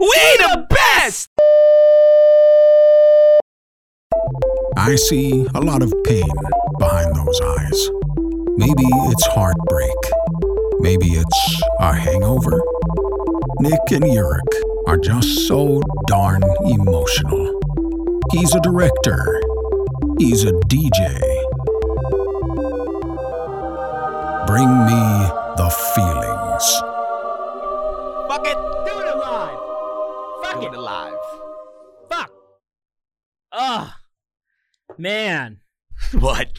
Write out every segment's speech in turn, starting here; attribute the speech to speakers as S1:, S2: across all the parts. S1: We the best!
S2: I see a lot of pain behind those eyes. Maybe it's heartbreak. Maybe it's a hangover. Nick and Yurik are just so darn emotional. He's a director. He's a DJ. Bring me the feelings.
S1: Fuck it!
S3: Do it alive. Fuck
S1: Do
S3: it.
S1: it alive.
S3: Fuck. Ugh. Man.
S1: What?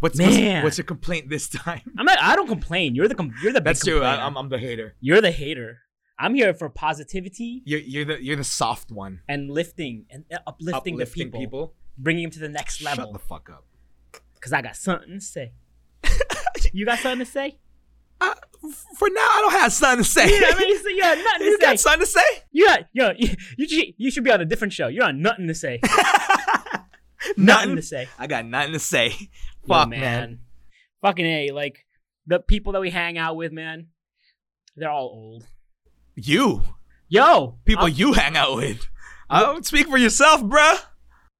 S1: What's,
S3: Man.
S1: what's what's your complaint this time?
S3: I'm not, I don't complain. You're the com- you're the big
S1: That's true.
S3: complainer.
S1: I, I'm, I'm the hater.
S3: you're the hater. I'm here for positivity
S1: You're, you're the you're the soft one.
S3: and lifting and uh, uplifting,
S1: Uplifting
S3: the people, bringing them to the next
S1: Shut the
S3: level.
S1: fuck up.
S3: Cause I got something to say. you got something to say?
S1: Uh, f- for now, I don't have something to say.
S3: You know what I mean? So you got nothing
S1: you
S3: to say.
S1: got something to say?
S3: you got yo. You, you should- you should be on a different show. You're on nothing to say. nothing to say.
S1: I got nothing to say.
S3: Yo,
S1: Fuck, man.
S3: Fucking A, like the people that we hang out with, man, they're all old.
S1: You.
S3: Yo,
S1: People
S3: I'm-
S1: you hang out with. I don't speak for yourself, bruh.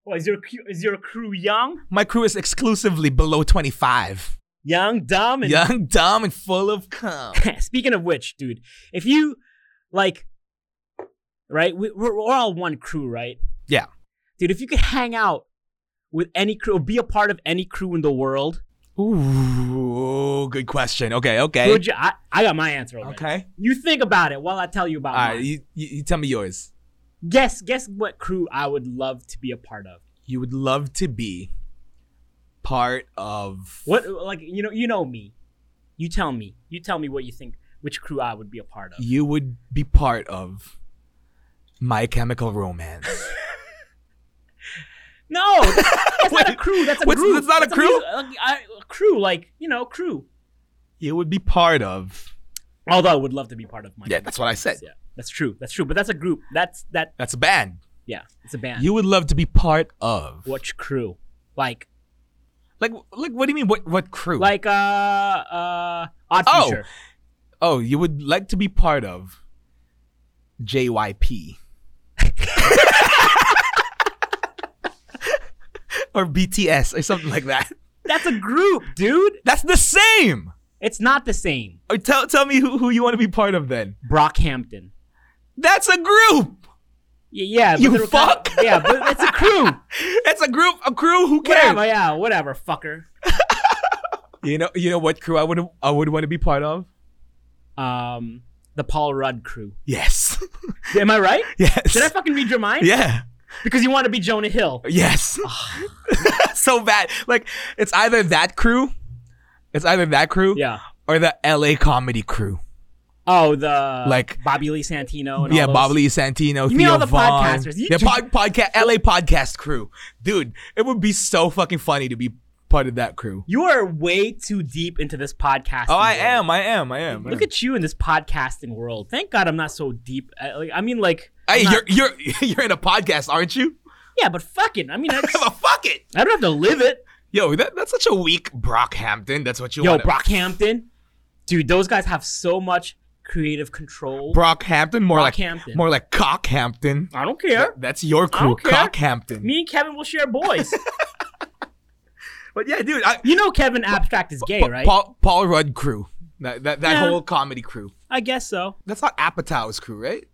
S3: Well, is your cre- is your crew young,
S1: My crew is exclusively below 25.
S3: young, dumb, and
S1: Young, dumb, and full of cum.
S3: speaking of which, dude, if you like, right, we, we're, we're all one crew, right?
S1: Yeah.
S3: Dude, if you could hang out with any crew, or be a part of any crew in the world,
S1: Ooh, good question. Okay,
S3: who
S1: okay.
S3: would you? I, I got my answer. Already.
S1: Okay.
S3: You think about it while I tell you about.
S1: All right,
S3: mine.
S1: you, you, you tell me yours.
S3: Guess guess what crew I would love to be a part of.
S1: You would love to be part of.
S3: What like you know you know me. You tell me. You tell me what you think which crew I would be a part of.
S1: You would be part of My Chemical Romance.
S3: No, that's, that's not a
S1: Wait,
S3: crew. That's a
S1: what's-
S3: crew.
S1: that's not a crew?
S3: music- like, I- a crew, like you know, crew.
S1: you would be part of.
S3: Although I would love to be part of my.
S1: Yeah, that's what I said.
S3: Yeah, that's true. That's true. But that's a group. That's that.
S1: That's a band.
S3: Yeah, it's a band.
S1: You would love to be part of.
S3: watch crew? Like
S1: Like, like, what do you mean? What, what crew?
S3: like uh uh Odd
S1: Oh.
S3: Future.
S1: oh, you would like to be part of JYP or BTS or something like that.
S3: That's a group, dude.
S1: That's the same.
S3: It's not the same.
S1: Or tell tell me who, who you want to be part of then.
S3: Brockhampton.
S1: That's a group.
S3: Y- Yeah, but
S1: You
S3: they're kind of-
S1: fuck.
S3: yeah, but it's a crew.
S1: That's a group. A crew. Who cares?
S3: whatever. Yeah, whatever. Fucker.
S1: You know. You know what crew I would I would want to be part of.
S3: um the Paul Rudd crew.
S1: Yes.
S3: Am I right?
S1: yes.
S3: Did I fucking read your mind?
S1: yeah.
S3: Because you want to be Jonah Hill.
S1: Yes. so bad. Like it's either that crew, it's either that crew,
S3: Yeah.
S1: or the LA comedy crew.
S3: Oh, the
S1: Like-
S3: Bobby Lee Santino Oh, and
S1: yeah,
S3: all those.
S1: Bobby Lee Santino,
S3: You mean
S1: Theo
S3: all the
S1: Von,
S3: podcasters. You
S1: the
S3: ju-
S1: pod, podcast LA podcast crew. Dude, it would be so fucking funny to be part of that crew.
S3: You are way too deep into this podcast.
S1: Oh, I am. I am. I am.
S3: Look at you in this podcasting world. Thank God I'm not so deep. I, like, I mean, like, I'm
S1: Hey,
S3: not-
S1: you're you're you're in a podcast, aren't you?
S3: yeah, but fuck it. I mean, I, just-
S1: But fuck it.
S3: I don't have to live it.
S1: Yo, that, that's such a weak Brockhampton. That's what you
S3: Yo,
S1: want.
S3: Brockhampton, dude, those guys have so much creative control.
S1: Brockhampton, more like
S3: Brockhampton.
S1: more like Cockhampton.
S3: I don't care.
S1: That- that's your
S3: I
S1: crew,
S3: don't care.
S1: Cockhampton.
S3: Me and Kevin will share boys.
S1: But yeah, dude, I,
S3: you know, Kevin Abstract is gay,
S1: Pa-
S3: right?
S1: Paul Paul Rudd crew, that that, that
S3: Yeah.
S1: whole comedy crew.
S3: I guess so.
S1: That's not Apatow's crew, right?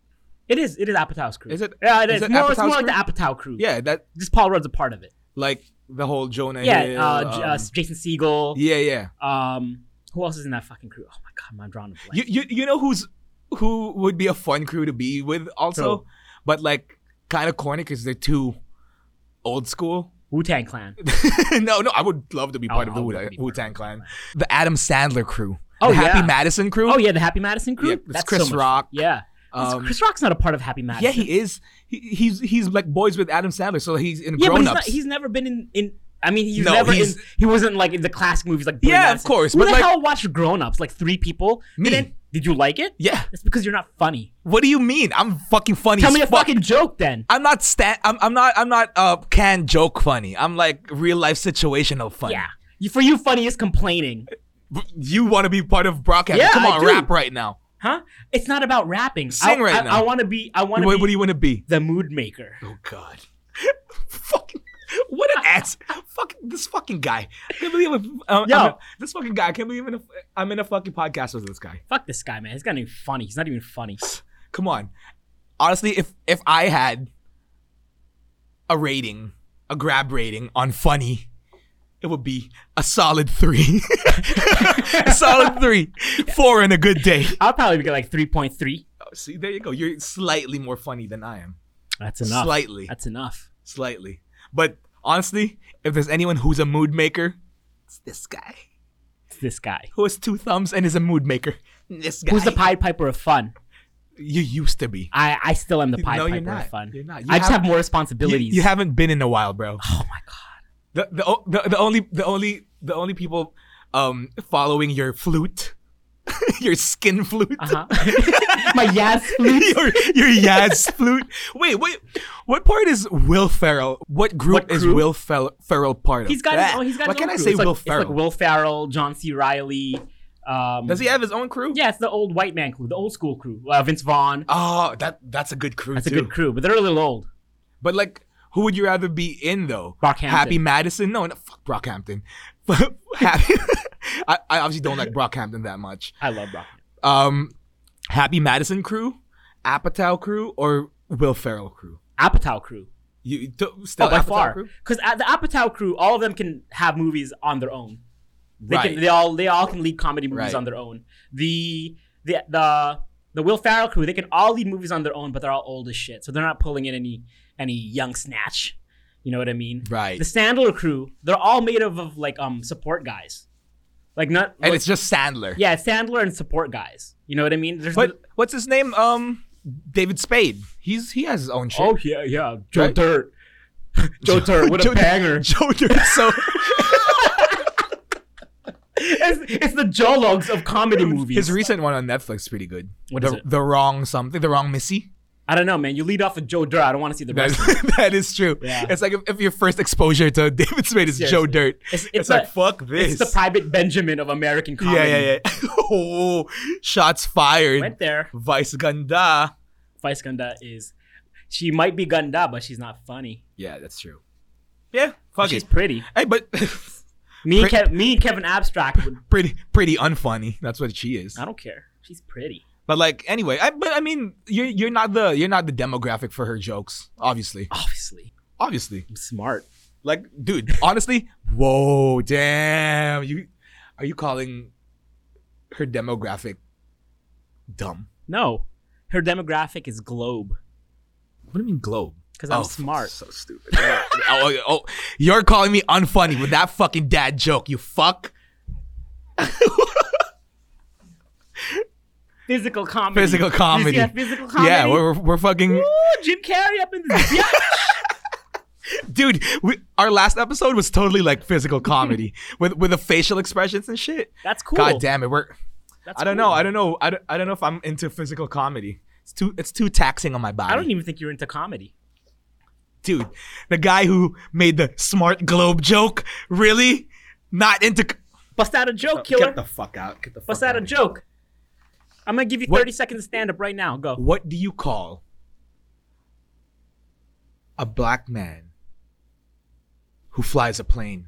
S3: It is. It is Apatow's crew.
S1: Is it-
S3: Yeah, it is.
S1: is it
S3: more, it's
S1: Apatow's
S3: more like the
S1: crew?
S3: Apatow crew.
S1: Yeah, that
S3: Just Paul Rudd's a part of it.
S1: like the whole Jonah.
S3: Yeah.
S1: Hill,
S3: uh, J- uh,
S1: um,
S3: Jason Siegel.
S1: yeah, yeah.
S3: Um, who else is in that fucking crew? Oh my god, I'm drawing a
S1: You
S3: blank.
S1: you you know who's who would be a fun crew to be with also,
S3: Who?
S1: but like kind of corny because they're too old school.
S3: Wu Tang Clan.
S1: no, no, I would love to be
S3: Oh,
S1: part
S3: I would
S1: of
S3: love to
S1: the
S3: be part
S1: Wu
S3: of the
S1: Tang
S3: Wu-Tang
S1: Clan,
S3: Clan.
S1: the Adam Sandler crew,
S3: Oh,
S1: the Happy
S3: yeah.
S1: Madison crew.
S3: Oh yeah, the Happy Madison crew.
S1: Yeah, it's Chris
S3: much
S1: Rock.
S3: fun. Yeah. That's-
S1: Um,
S3: Chris Rock's not a part of Happy Madison.
S1: yeah, he is. He, he's he's like boys with Adam Sandler, so he's in
S3: Yeah, but
S1: grown
S3: he's not.
S1: ups.
S3: He's never been in. in I mean, he's
S1: No,
S3: never.
S1: he's-
S3: in, he wasn't like in the classic movies like. Billy
S1: Yeah, of
S3: Madison.
S1: course,
S3: Who
S1: but
S3: the
S1: like-
S3: hell watched Grown Ups? Like three people.
S1: Me.
S3: And then, did you like it?
S1: yeah.
S3: It's because you're not funny.
S1: What do you mean? I'm fucking funny.
S3: Tell
S1: as
S3: me a
S1: fuck.
S3: fucking joke then.
S1: I'm not stan. I'm, I'm not. I'm not. Uh, can joke funny. I'm like real life situational funny.
S3: Yeah. You, for you, funny is complaining.
S1: You want to be part of Brockhampton?
S3: Yeah,
S1: Come
S3: I
S1: on,
S3: do.
S1: rap right now.
S3: huh? It's not about rapping.
S1: Sing
S3: I,
S1: right
S3: I,
S1: now.
S3: I want to be. I want to
S1: What, what do
S3: be
S1: you want to be?
S3: the mood maker.
S1: Oh God. fucking. What an ass! Fuck this fucking guy. I can't believe I'm, I'm-
S3: Yo.
S1: I'm- this fucking guy. I can't believe I'm in, a, I'm in a fucking podcast with this guy.
S3: Fuck this guy, man. He's not even funny. He's not even funny.
S1: Come on. Honestly, if if I had a rating, a grab rating on funny, it would be a solid three. a solid three. Four and a good day.
S3: I'll probably get like three point three.
S1: Oh, see, there you go. You're slightly more funny than I am.
S3: That's enough.
S1: Slightly.
S3: That's enough.
S1: Slightly. But honestly, if there's anyone who's a mood maker, it's this guy.
S3: It's this guy.
S1: Who has two thumbs and is a mood maker. This guy.
S3: Who's the Pied Piper of fun?
S1: You used to be.
S3: I, I still am the Pied
S1: No,
S3: Piper
S1: you're not.
S3: of fun.
S1: You're not. You
S3: I just
S1: have-
S3: have more
S1: You,
S3: responsibilities.
S1: you haven't been in a while, bro.
S3: oh my god.
S1: The the, o- the the only the only the only people um following your flute, your skin flute,
S3: Uh-huh. my yes flute.
S1: your your Yaz flute. Wait, wait, what part is Will Ferrell? What group
S3: What
S1: is
S3: crew?
S1: Will Fel- Ferrell part of?
S3: He's got
S1: Bleh.
S3: his own. He's got
S1: Why
S3: his
S1: can't
S3: own
S1: I
S3: crew.
S1: say
S3: it's
S1: Will
S3: like,
S1: Ferrell?
S3: It's like Will Ferrell, John C. Riley. Um,
S1: Does he have his own crew?
S3: Yeah, it's the old white man crew, the old school crew. Uh, Vince Vaughn.
S1: Oh, that that's a good crew
S3: That's
S1: too.
S3: a good crew, but they're a little old.
S1: But like, who would you rather be in though?
S3: Brockhampton.
S1: Happy Madison? No, no fuck Brockhampton. Happy. I, I obviously don't like Brockhampton that much.
S3: I love Brock.
S1: um, Happy Madison crew, Apatow crew, or Will Ferrell crew?
S3: Apatow crew.
S1: You t- still
S3: Oh, by
S1: Apatow
S3: far.
S1: crew?
S3: Because the Apatow crew, all of them can have movies on their own. They
S1: Right.
S3: can. They all. They all can lead comedy movies
S1: Right.
S3: on their own. The the the the Will Ferrell crew, they can all lead movies on their own, but they're all old as shit, so they're not pulling in any any young snatch. You know what I mean?
S1: Right.
S3: The Sandler crew, they're all made of, of like um support guys, like not
S1: and
S3: like-
S1: it's just Sandler.
S3: yeah Sandler and support guys. You know what I mean? There's
S1: But what's his name? Um, David Spade. He's he has his own shit.
S3: oh yeah yeah Joe
S1: Right.
S3: Dirt, Joe Dirt, what
S1: Joe-
S3: a banger!
S1: Joe Dirt. So
S3: It's, it's the Jologs of comedy movies.
S1: his recent one on Netflix is pretty good.
S3: What
S1: the,
S3: is it?
S1: the wrong something. The wrong Missy.
S3: I don't know, man. You lead off with Joe Dirt. I don't want to see the
S1: That,
S3: rest.
S1: that is true.
S3: Yeah.
S1: It's like if, if your first exposure to David Spade is Joe
S3: Seriously.
S1: Dirt,
S3: It's-
S1: it's,
S3: it's
S1: like
S3: a-
S1: fuck this.
S3: It's the Private Benjamin of American comedy.
S1: yeah, yeah, yeah. oh, shots fired.
S3: Went there.
S1: Vice Ganda.
S3: Vice Gunda is. She might be Gunda, but she's not funny.
S1: Yeah, that's true. Yeah, fuck
S3: She's
S1: it.
S3: pretty.
S1: Hey, but
S3: Me, and
S1: Pre-
S3: Kev- me and Kevin Abstract would.
S1: pretty, pretty unfunny. That's what she is.
S3: I don't care. She's pretty.
S1: But like, anyway, I, but I mean, you're you're not the you're not the demographic for her jokes, obviously.
S3: Obviously,
S1: Obviously,
S3: I'm smart.
S1: like, dude, honestly, whoa, damn, you are you calling her demographic dumb?
S3: No, her demographic is Globe
S1: What do you mean globe?
S3: because I'm
S1: Oh,
S3: smart.
S1: So stupid. oh, oh, oh, you're calling me unfunny with that fucking dad joke, you fuck.
S3: Physical comedy.
S1: Physical comedy.
S3: Yeah, physical comedy.
S1: Yeah, we're, we're, we're fucking.
S3: Ooh, Jim Carrey up in this. Yeah.
S1: dude we, our last episode was totally like physical comedy with with the facial expressions and shit
S3: That's cool.
S1: god damn it we're
S3: That's
S1: i don't
S3: cool.
S1: know i don't know I don't, I don't know if i'm into physical comedy it's too it's too taxing on my body
S3: I don't even think you're into comedy.
S1: dude the guy who made the smart globe joke really not into c-
S3: Bust out a joke, killer.
S1: fuck out get Oh, the fuck
S3: Bust out a
S1: of here.
S3: joke. I'm gonna give you
S1: What-
S3: 30 seconds of stand up right now. Go.
S1: what do you call a black man who flies a plane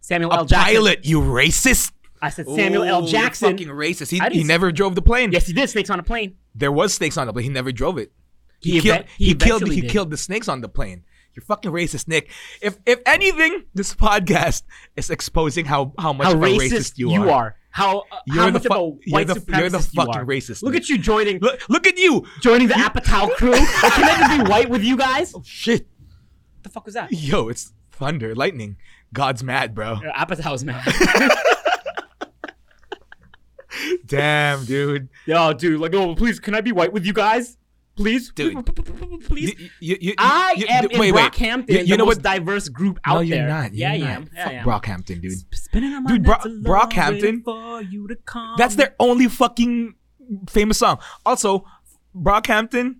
S3: Samuel
S1: a
S3: L. Jackson.
S1: pilot you racist
S3: I said Samuel
S1: Ooh,
S3: L.
S1: you're
S3: Jackson.
S1: Fucking racist. He,
S3: I didn't
S1: he
S3: s-
S1: never drove the plane.
S3: Yes, he did. Snakes on a plane.
S1: There was snakes on the plane. He never drove it. He,
S3: He
S1: killed.
S3: event- he
S1: He, killed.
S3: eventually
S1: He
S3: did.
S1: killed the snakes on the plane. You're fucking racist, Nick. If if anything, this podcast is exposing how how much
S3: How
S1: of a
S3: racist,
S1: racist
S3: you, are. How, uh,
S1: You're
S3: how
S1: the
S3: much
S1: fu-
S3: of a
S1: you're
S3: white
S1: the-
S3: supremacist
S1: you're the
S3: you
S1: fucking
S3: are.
S1: racist,
S3: Look
S1: Nick.
S3: at you joining
S1: Look look at you.
S3: joining the Apatow crew. I can to be white with you guys. What
S1: Shit.
S3: the fuck was that?
S1: Yo, it's thunder, lightning. God's mad, bro.
S3: Uh, Apatow's man.
S1: Damn, dude.
S3: Yo, dude, like, oh, please, can I be white with you guys? Please,
S1: Dude.
S3: please.
S1: You- you- you-
S3: I
S1: you-
S3: am
S1: d-
S3: in Brockhampton,
S1: You, you
S3: the
S1: know
S3: most
S1: what?
S3: diverse group out
S1: No, you're
S3: there.
S1: not.
S3: yeah,
S1: You're
S3: I
S1: not.
S3: am. Yeah, I
S1: Fuck
S3: am.
S1: Brockhampton, dude.
S3: Spinning on my
S1: Dude,
S3: nuts
S1: Bro-
S3: alone, waiting
S1: Brockhampton-
S3: for you to come.
S1: That's their only fucking famous song. Also, Brockhampton,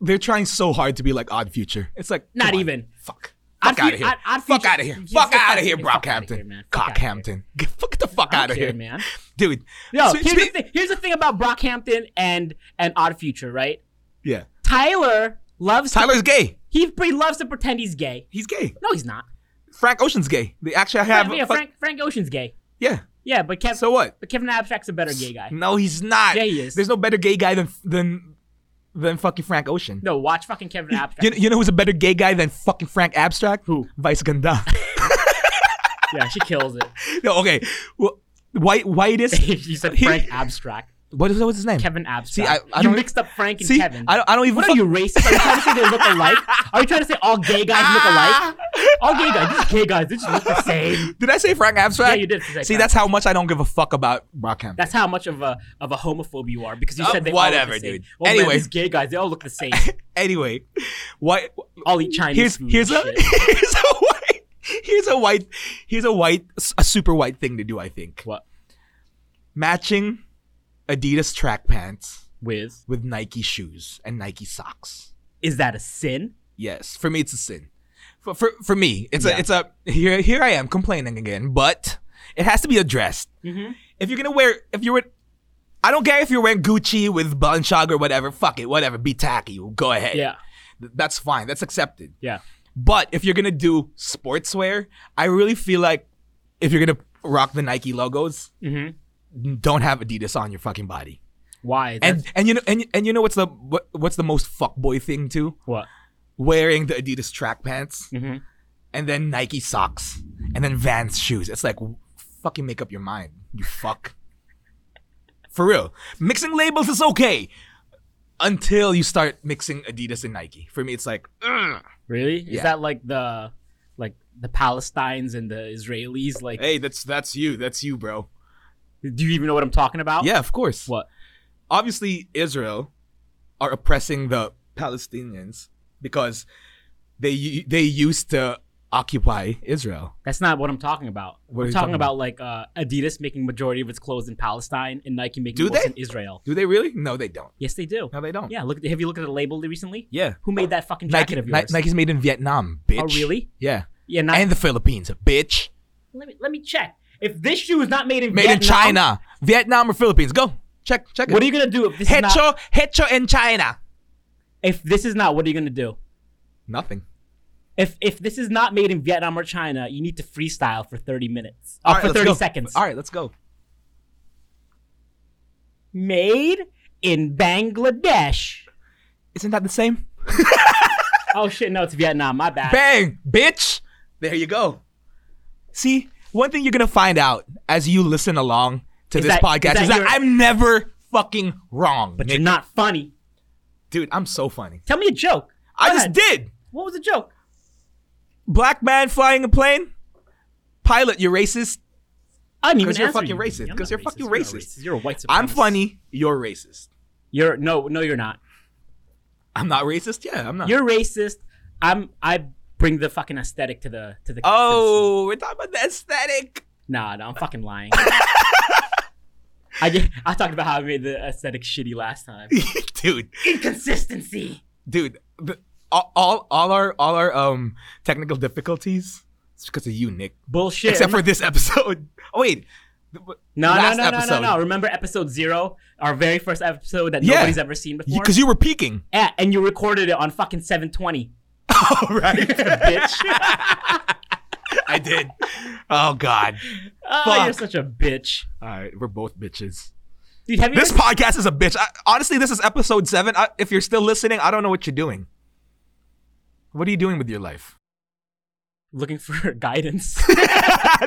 S1: they're trying so hard to be like Odd Future. It's like
S3: Not
S1: come on,
S3: even.
S1: Fuck.
S3: I'd
S1: fuck
S3: fe-
S1: out of here.
S3: I'd- I'd
S1: fuck
S3: feature-
S1: out of here.
S3: feature-
S1: Fuck out of here,
S3: fuck outta here,
S1: Brockhampton.
S3: man. Fuck outta here.
S1: Cockhampton. Get fuck get the fuck
S3: I
S1: out
S3: don't
S1: of
S3: care,
S1: here,
S3: man.
S1: dude.
S3: Yo,
S1: Spe-
S3: here's the
S1: spe-
S3: thing. Here's the thing about Brockhampton and and Odd Future, right?
S1: Yeah,
S3: Tyler loves to-
S1: Tyler's gay.
S3: he, he loves to pretend he's gay.
S1: He's gay.
S3: No, he's not.
S1: Frank Ocean's gay. They actually have.
S3: yeah,
S1: a fuck-
S3: Frank, Frank Ocean's gay.
S1: yeah.
S3: Yeah, but Kevin
S1: So what?
S3: but Kevin Abstract's a better gay guy.
S1: No, he's not.
S3: Yeah, he is.
S1: There's no better gay guy than than than fucking Frank Ocean.
S3: No, watch fucking Kevin Abstract.
S1: You, you know who's a better gay guy than fucking Frank Abstract?
S3: Who?
S1: Vice Ganda.
S3: yeah, she kills it.
S1: no, okay. Well, white whitest.
S3: you said Frank Abstract.
S1: What is what's his name?
S3: Kevin Abstract.
S1: I- I
S3: you
S1: don't-
S3: mixed up Frank and
S1: See,
S3: Kevin.
S1: I don't, I don't even.
S3: what are you racist? Are you trying to say they look alike? Are you trying to say all gay guys look alike? All gay guys, these gay guys, they just look the same.
S1: Did I say Frank Abstract?
S3: Yeah, you did say
S1: See,
S3: Frank
S1: that's how much I don't give a fuck about Brockhampton.
S3: That's how much of a of a homophobe you are because you
S1: Uh,
S3: said they all
S1: whatever,
S3: look the same.
S1: dude.
S3: Oh, man,
S1: Anyway.
S3: these gay guys, they all look the same.
S1: Anyway, white.
S3: All eat Chinese
S1: Here's
S3: food.
S1: here's a
S3: and shit.
S1: here's a white here's a white here's a white a super white thing to do. I think
S3: what
S1: matching Adidas track pants
S3: with
S1: with Nike shoes and Nike socks.
S3: is that a sin?
S1: Yes, for me it's a sin. For for, for me, it's
S3: Yeah.
S1: a it's a here here I am complaining again, but it has to be addressed.
S3: Mm-hmm.
S1: If you're gonna wear if you're I don't care if you're wearing Gucci with Balenciaga or whatever. Fuck it, whatever. Be tacky. Go ahead.
S3: Yeah,
S1: Th- that's fine. That's accepted.
S3: yeah.
S1: But if you're gonna do sportswear, I really feel like if you're gonna rock the Nike logos,
S3: hmm
S1: don't have Adidas on your fucking body.
S3: Why? That's-
S1: And and you know and, and you know what's the what, what's the most fuckboy thing too?
S3: what?
S1: Wearing the Adidas track pants
S3: Mhm.
S1: and then Nike socks and then Vans shoes. It's like w- fucking make up your mind, you fuck. For real, mixing labels is okay until you start mixing Adidas and Nike. For me, it's like ugh.
S3: Really? Is
S1: Yeah.
S3: that like the like the Palestinians and the Israelis? Like,
S1: Hey, that's that's you. That's you, bro.
S3: do you even know what I'm talking about?
S1: Yeah, of course.
S3: What?
S1: Obviously, Israel are oppressing the Palestinians because they u- they used to occupy Israel.
S3: That's not what I'm talking about.
S1: What are
S3: I'm
S1: you
S3: talking
S1: talking
S3: about, like uh, Adidas making majority of its clothes in Palestine and Nike making
S1: Do
S3: most
S1: they?
S3: in Israel.
S1: Do they really? No, they don't.
S3: Yes, they do.
S1: No, they don't.
S3: Yeah, look. Have you looked at the label recently?
S1: Yeah.
S3: Who made that fucking jacket
S1: Nike,
S3: of
S1: Ni-
S3: yours?
S1: Nike's made in Vietnam, bitch.
S3: Oh, really?
S1: Yeah.
S3: Yeah, not,
S1: and the Philippines, bitch.
S3: let me let me check. If this shoe is not made in
S1: Made in
S3: Vietnam,
S1: China, Vietnam or Philippines. Go check check it.
S3: what are you gonna do if this is
S1: hecho
S3: not?
S1: hecho in China?
S3: If this is not, what are you gonna do?
S1: Nothing.
S3: If if this is not made in Vietnam or China, you need to freestyle for thirty minutes. Uh,
S1: All right,
S3: for
S1: let's
S3: thirty
S1: go.
S3: seconds.
S1: All right, let's go.
S3: Made in Bangladesh.
S1: Isn't that the same?
S3: Oh shit! No, it's Vietnam. My bad.
S1: Bang, bitch. There you go. See, one thing you're gonna find out as you listen along to
S3: Is
S1: this
S3: that-
S1: podcast
S3: is that
S1: is that
S3: your-
S1: I'm never fucking wrong.
S3: but
S1: Nick.
S3: you're not funny.
S1: dude, I'm so funny.
S3: Tell me a joke.
S1: I
S3: Go
S1: just
S3: ahead.
S1: did.
S3: What was the joke?
S1: Black man flying a plane. Pilot, you're racist.
S3: I didn't even
S1: 'Cause you're
S3: answer
S1: fucking
S3: you.
S1: racist.
S3: I'm
S1: 'Cause
S3: not
S1: you're fucking
S3: You're not
S1: racist.
S3: You're a white supremacist.
S1: I'm funny. You're racist.
S3: You're no, no, you're not.
S1: I'm not racist. Yeah, I'm not.
S3: You're racist. I'm. I bring the fucking aesthetic to the to the.
S1: oh, we're talking about the aesthetic.
S3: Nah, nah, I'm fucking lying. I, get- I talked about how I made the aesthetic shitty last time.
S1: dude,
S3: Inconsistency.
S1: dude. The, all, all, all our, all our um technical difficulties. It's because of you, Nick.
S3: Bullshit.
S1: Except for this episode. Oh wait.
S3: no, no,
S1: last
S3: no, no, no,
S1: episode.
S3: no. Remember episode zero, our very first episode that
S1: Yeah.
S3: nobody's ever seen before.
S1: Because you were peeking.
S3: yeah, and you recorded it on fucking 720,
S1: All Oh, right.
S3: bitch.
S1: I did. Oh God.
S3: oh, you're
S1: Fuck.
S3: such a bitch,
S1: All right, we're both bitches.
S3: dude. Have you?
S1: This
S3: ever-
S1: podcast is a bitch. I, honestly, this is episode seven. I, if you're still listening, I don't know what you're doing. What are you doing with your life?
S3: looking for guidance.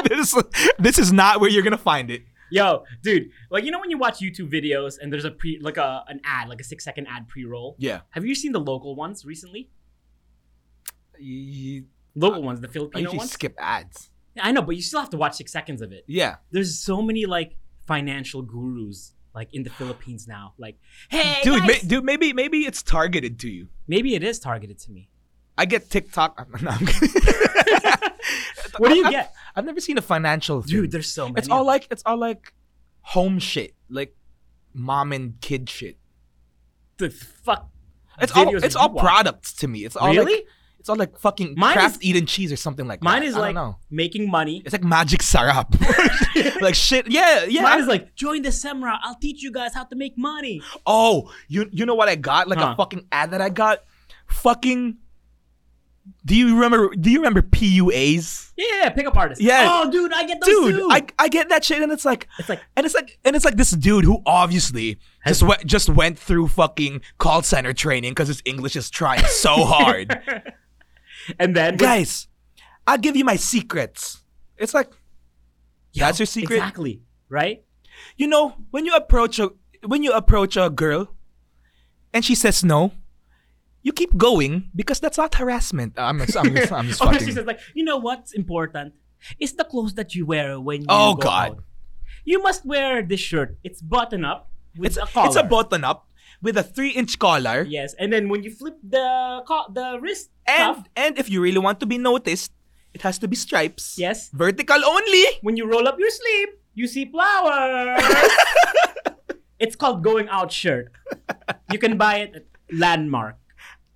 S1: this, this is not where you're gonna find it.
S3: Yo, dude, like you know when you watch YouTube videos and there's a pre like a an ad, like a six second ad pre roll.
S1: Yeah.
S3: Have you seen the local ones recently?
S1: You,
S3: Local ones, the
S1: I
S3: Filipino
S1: usually
S3: ones.
S1: skip ads.
S3: I know, but you still have to watch six seconds of it.
S1: Yeah.
S3: There's so many like financial gurus like in the Philippines now. Like, hey,
S1: dude,
S3: guys!
S1: ma- dude, maybe maybe it's targeted to you.
S3: maybe it is targeted to me.
S1: I get TikTok. no, I'm kidding.
S3: What do you
S1: I've-
S3: get,
S1: I've never seen a financial thing.
S3: dude? There's so many.
S1: It's all like it's all like home shit, like mom and kid shit.
S3: the fuck.
S1: It's all
S3: videos
S1: it's
S3: you
S1: all
S3: watch.
S1: products to me. It's all like-
S3: Really?
S1: it's It's all like fucking
S3: Mine
S1: Kraft Eden cheese or something like
S3: Mine
S1: that.
S3: is
S1: I
S3: like
S1: don't know.
S3: making money.
S1: It's like magic syrup. like shit. Yeah, yeah.
S3: Mine is like join the Semra. I'll teach you guys how to make money.
S1: oh, you you know what I got? Like
S3: Huh.
S1: a fucking ad that I got. Fucking. Do you remember? Do you remember PUAs?
S3: Yeah, pickup artist.
S1: Yeah.
S3: Oh, dude, I get those too.
S1: Dude, I, I get that shit, and it's like,
S3: It's like-
S1: and it's like, and it's like this dude who obviously just went just went through fucking call center training because his English is trying so hard.
S3: and then
S1: Guys, I'll give you my secrets. It's like, that's your secret.
S3: Exactly. Right.
S1: you know when you approach a when you approach a girl and she says no you keep going because that's not harassment Ah, i'm just, I'm just, I'm just
S3: Or
S1: fucking
S3: Oh, she says like, you know what's important? It's the clothes that you wear when you
S1: Oh,
S3: go out.
S1: God.
S3: You must wear this shirt. It's button up with
S1: it's,
S3: a collar.
S1: it's a button up with a three inch collar
S3: Yes, and then when you flip the co- the wrist
S1: and
S3: cuff,
S1: and if you really want to be noticed it has to be stripes
S3: Yes.
S1: vertical only
S3: when you roll up your sleeve, you see flowers. it's called going out shirt. You can buy it at Landmark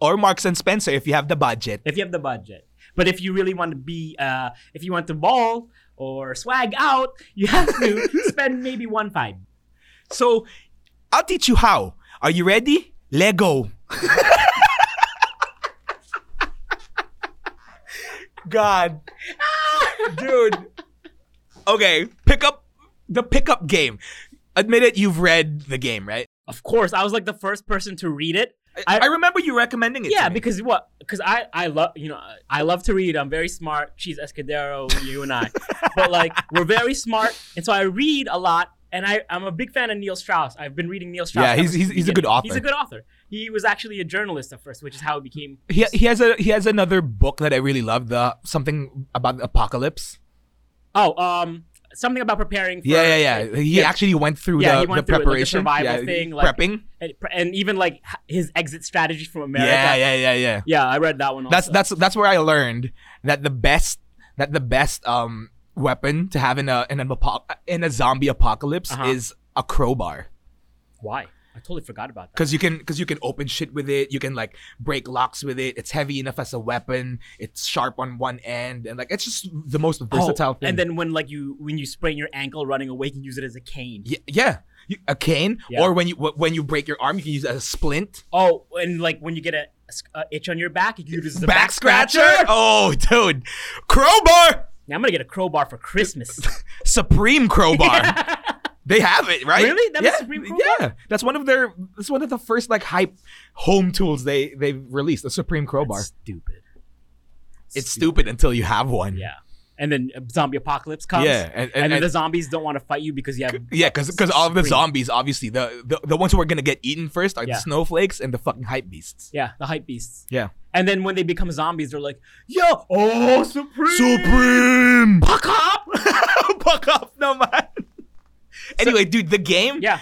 S1: or marks and spencer if you have the budget
S3: if you have the budget. But if you really want to be, uh, if you want to ball or swag out, you have to spend maybe one five.
S1: so i'll teach you how are you ready lego god dude. Okay, pick up the pickup game. Admit it, you've read the game, right?
S3: Of course, I was like the first person to read it.
S1: I, I remember you recommending it.
S3: yeah,
S1: to me.
S3: because what? Because I I love you know I love to read. I'm very smart. She's Escudero, you and I, but like we're very smart, and so I read a lot. And I I'm a big fan of Neil Strauss. I've been reading Neil Strauss.
S1: Yeah,
S3: ever
S1: he's-
S3: since
S1: he's-
S3: the
S1: he's a
S3: beginning.
S1: good
S3: He's a good author. He was actually a journalist at first, which is how he became.
S1: he, he has a he has another book that I really love, the something about the apocalypse.
S3: Oh, um, something about preparing. For,
S1: Yeah, yeah, yeah. He
S3: Yeah.
S1: actually went through
S3: Yeah,
S1: the,
S3: he went
S1: the
S3: through it, like, the
S1: preparation,
S3: survival
S1: yeah,
S3: thing, like-
S1: prepping.
S3: And, and even like h- his exit strategy from America.
S1: Yeah, yeah, yeah, yeah.
S3: Yeah, I read that one.
S1: That's
S3: also.
S1: that's that's where I learned that the best that the best um weapon to have in a in an apo- in a zombie apocalypse
S3: Uh-huh.
S1: is a crowbar.
S3: why I totally forgot about that.
S1: Cause you can, cause you can open shit with it. You can like break locks with it. It's heavy enough as a weapon. It's sharp on one end, and like it's just the most versatile thing.
S3: Oh, and then when like you when you sprain your ankle running away, you can use it as a cane.
S1: yeah, yeah. You, a cane,
S3: Yeah.
S1: or when you wh- when you break your arm, you can use it as a splint.
S3: Oh, and like when you get a, a sc- a itch on your back, you can use the
S1: Back scratcher. Oh, dude, crowbar,
S3: Now I'm gonna get a crowbar for Christmas.
S1: supreme crowbar. They have it, right?
S3: Really? That was
S1: yeah,
S3: supreme crowbar?
S1: yeah. That's one of their. That's one of the first like hype home tools they they released. The supreme crowbar.
S3: That's stupid.
S1: it's stupid until you have one.
S3: Yeah. And then a zombie apocalypse comes.
S1: Yeah, and- and-
S3: then
S1: and-
S3: the zombies don't want to fight you because you have.
S1: Yeah, because all of the
S3: Supreme.
S1: zombies, obviously, the, the the ones who are gonna get eaten first are
S3: Yeah.
S1: the snowflakes and the fucking hype beasts.
S3: Yeah, the hype beasts.
S1: Yeah.
S3: And then when they become zombies, they're like, "Yo, oh supreme,
S1: Supreme.
S3: fuck up."
S1: Fuck off, no man. Anyway, dude, the game.
S3: yeah,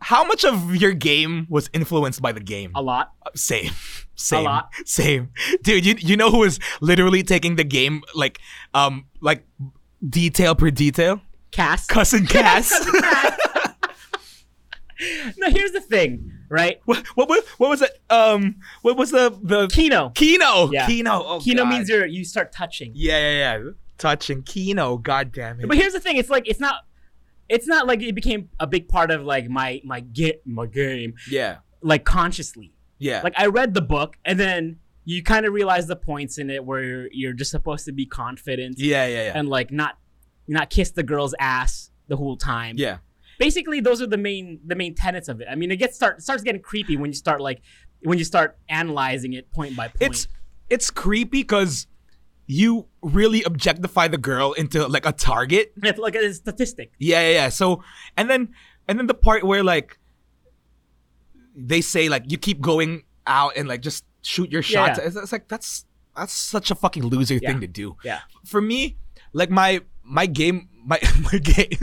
S1: How much of your game was influenced by the game?
S3: a lot.
S1: Same. Same.
S3: lot.
S1: Same. Dude, you you know who is literally taking the game like um like detail per detail?
S3: Cass.
S1: Cousin Cass.
S3: No, here's the thing, right?
S1: what, what was what was it? Um what was the the
S3: Kino.
S1: Kino.
S3: Yeah.
S1: Kino. Oh,
S3: Kino
S1: God.
S3: means you're, you start touching.
S1: Yeah, yeah, yeah. Touching Kino, god damn it.
S3: But here's the thing: it's like it's not, it's not like it became a big part of like my my get my game
S1: Yeah.
S3: like consciously.
S1: Yeah.
S3: Like I read the book, and then you kind of realize the points in it where you're, you're just supposed to be confident
S1: yeah, yeah, yeah.
S3: and like not not kiss the girl's ass the whole time.
S1: yeah.
S3: Basically, those are the main the main tenets of it. I mean, it gets start starts getting creepy when you start like when you start analyzing it point by point.
S1: It's it's creepy cuz you really objectify the girl into like a target.
S3: it's like a statistic.
S1: Yeah, yeah, yeah. So and then and then the part where like they say like you keep going out and like just shoot your
S3: Yeah,
S1: shots.
S3: yeah.
S1: It's, it's like that's that's such a fucking loser
S3: Yeah.
S1: thing to do.
S3: Yeah.
S1: For me, like my my game my my game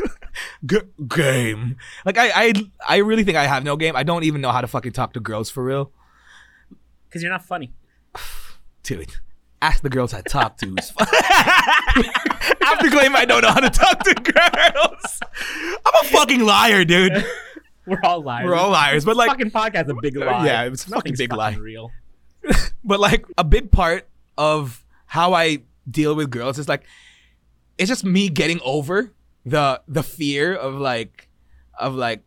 S1: g- game. Like I I I really think I have no game. I don't even know how to fucking talk to girls for real,
S3: Because you're not funny.
S1: dude. Ask the girls I talk to. After claim I don't know how to talk to girls. I'm a fucking liar, dude.
S3: We're all liars.
S1: We're all liars, but like
S3: fucking podcast is a big lie.
S1: yeah, it's a fucking
S3: Nothing's
S1: big lie.
S3: Real.
S1: but like a big part of how I deal with girls is like it's just me getting over the the fear of like of like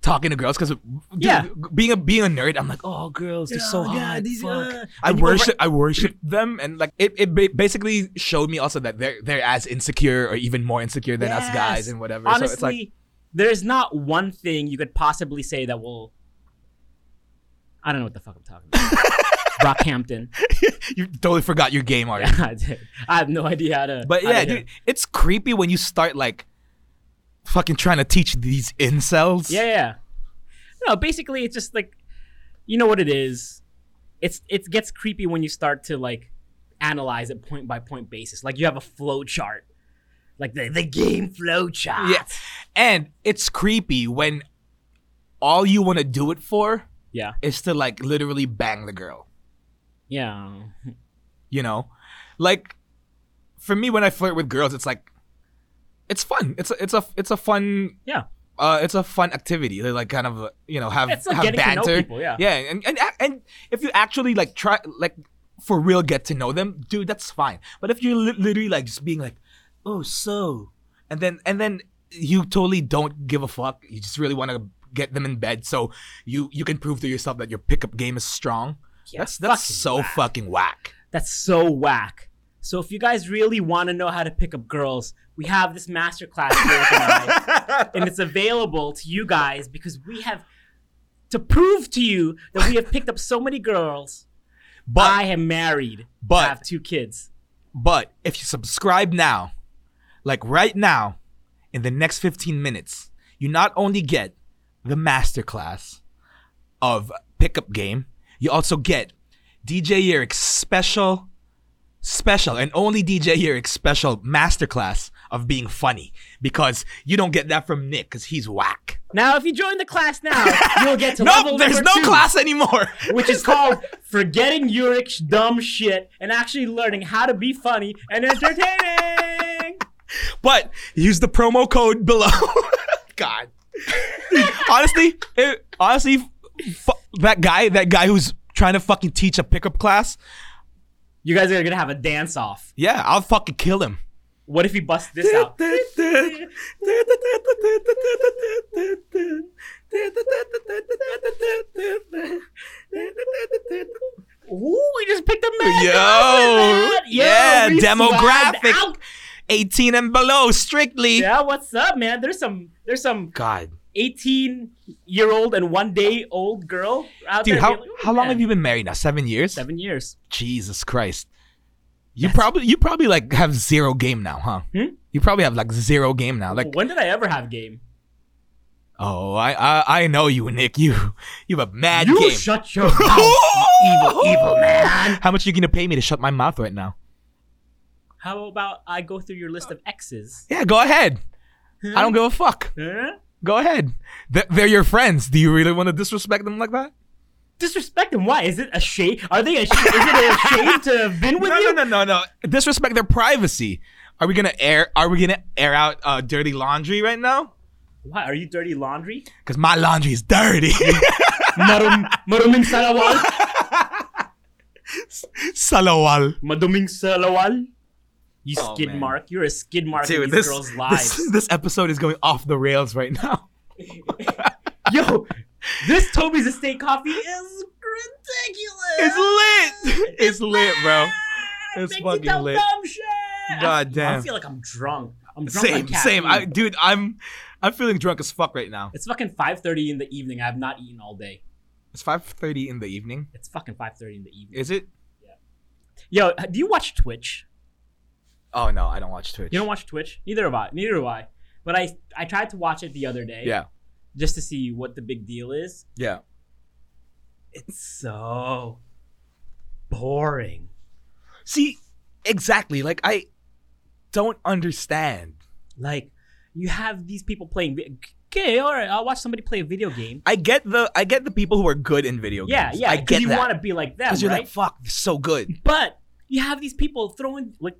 S1: talking to girls because
S3: Yeah.
S1: being a being a nerd I'm like oh girls they're so
S3: Yeah,
S1: hot
S3: yeah, these-
S1: fuck."
S3: uh,
S1: I
S3: and you over-
S1: worship I worship them and like it, it ba- basically showed me also that they're they're as insecure or even more insecure than us
S3: Yes.
S1: guys and whatever
S3: Honestly,
S1: so it's like
S3: there's not one thing you could possibly say that will. I don't know what the fuck I'm talking about. Brockhampton.
S1: you totally forgot your game already
S3: I did. I have no idea how to.
S1: But
S3: how to
S1: yeah,
S3: do
S1: dude,
S3: it.
S1: it's creepy when you start like fucking trying to teach these incels.
S3: Yeah, yeah. No, basically, it's just like, you know what it is. It's it gets creepy when you start to like analyze it point by point basis. Like you have a flow chart, like the the game flow chart.
S1: Yeah. And it's creepy when all you want to do it for
S3: Yeah.
S1: is to like literally bang the girl,
S3: Yeah.
S1: you know? Like for me when I flirt with girls, it's like it's fun. It's a, it's a it's a fun
S3: Yeah.
S1: uh, it's a fun activity. They like kind of uh, you know have
S3: It's like
S1: have
S3: getting to know
S1: banter.
S3: people, yeah.
S1: yeah, and, and and if you actually like try like for real get to know them, dude, that's fine. But if you're li- literally like just being like, oh so, and then and then you totally don't give a fuck. You just really want to get them in bed, so you you can prove to yourself that your pickup game is strong.
S3: Yeah,
S1: that's that's
S3: fucking
S1: so
S3: whack.
S1: fucking whack.
S3: That's so whack. So if you guys really want to know how to pick up girls, we have this masterclass we organized, and it's available to you guys because we have to prove to you that we have picked up so many girls.
S1: But
S3: I am married.
S1: but-
S3: I have two kids.
S1: But if you subscribe now, like right now, in the next 15 minutes, you not only get the masterclass of pickup game, you also get DJ Yurik's special, special, and only DJ Yurik's special masterclass of being funny because you don't get that from Nick because he's whack.
S3: Now, if you join the class now, you'll get to
S1: No,
S3: level
S1: there's
S3: number
S1: no
S3: two,
S1: class anymore.
S3: which is called forgetting Yurik's dumb shit and actually learning how to be funny and entertaining.
S1: But use the promo code below. God. honestly, it, honestly, fu- that guy, that guy who's trying to fucking teach a pickup class,
S3: You guys are gonna have a dance off.
S1: yeah, I'll fucking kill him.
S3: What if we bust this out? Ooh, we just picked a man.
S1: Yo,
S3: Yo,
S1: yeah,
S3: we
S1: demographic.
S3: swagged out.
S1: 18 and below, strictly.
S3: Yeah, what's up, man? There's some, there's some
S1: God.
S3: 18 year old and one day old girl out
S1: Dude,
S3: there.
S1: how,
S3: being like, "Ooh,
S1: how long
S3: man,
S1: have you been married now? Seven years?
S3: Seven years.
S1: Jesus Christ. You probably you probably like have zero game now, huh?
S3: Hmm?
S1: You probably have like zero game now. Like
S3: when did I ever have game?
S1: oh, I I, I know you, Nick. You you have a mad
S3: you
S1: game.
S3: shut your mouth, evil, evil man.
S1: How much are you gonna pay me to shut my mouth right now?
S3: How about I go through your list of exes?
S1: Yeah, go ahead. I don't give a fuck.
S3: Huh?
S1: Go ahead. They're, they're your friends. Do you really want to disrespect them like that?
S3: Disrespect them? Why? Is it a shade? Are they a? Sh- is it a shade to have been with
S1: No,
S3: you?
S1: no, no, no, no. Disrespect their privacy. Are we gonna air? Are we gonna air out uh, dirty laundry right now?
S3: Why are you dirty laundry?
S1: Because my laundry is dirty.
S3: Marum, maruming salawal.
S1: Salawal.
S3: Maduming salawal. You
S1: Oh,
S3: skid
S1: man.
S3: mark. You're a skid mark in
S1: Dude,
S3: these
S1: this,
S3: girls'
S1: this-
S3: lives.
S1: This, episode is going off the rails right now.
S3: Yo, this Toby's estate coffee is ridiculous.
S1: It's lit. It's lit, bro. It's
S3: Make me
S1: fucking
S3: tell
S1: lit.
S3: dumb shit.
S1: God
S3: I, I
S1: damn.
S3: feel like I'm drunk. I'm drunk.
S1: Same,
S3: on
S1: same. I,
S3: caffeine.
S1: dude, I'm I'm feeling drunk as fuck right now.
S3: It's fucking 5:30 in the evening. I have not eaten all day.
S1: It's 5:30 in the evening.
S3: It's fucking 5:30 in the evening.
S1: Is it?
S3: Yo, do you watch Twitch?
S1: Oh no, I don't watch Twitch.
S3: You don't watch Twitch? Neither have I. Neither do I. But I I tried to watch it the other day.
S1: Yeah.
S3: Just to see what the big deal is.
S1: Yeah.
S3: It's so boring.
S1: See, exactly. Like I don't understand.
S3: Like you have these people playing. vi- Okay, all right. I'll watch somebody play a video game.
S1: I get the I get the people who are good in video
S3: Yeah,
S1: games.
S3: yeah.
S1: I
S3: 'cause
S1: get
S3: you
S1: that.
S3: want to be like them,
S1: you're
S3: right?
S1: like, fuck, this is so good.
S3: but you have these people throwing like,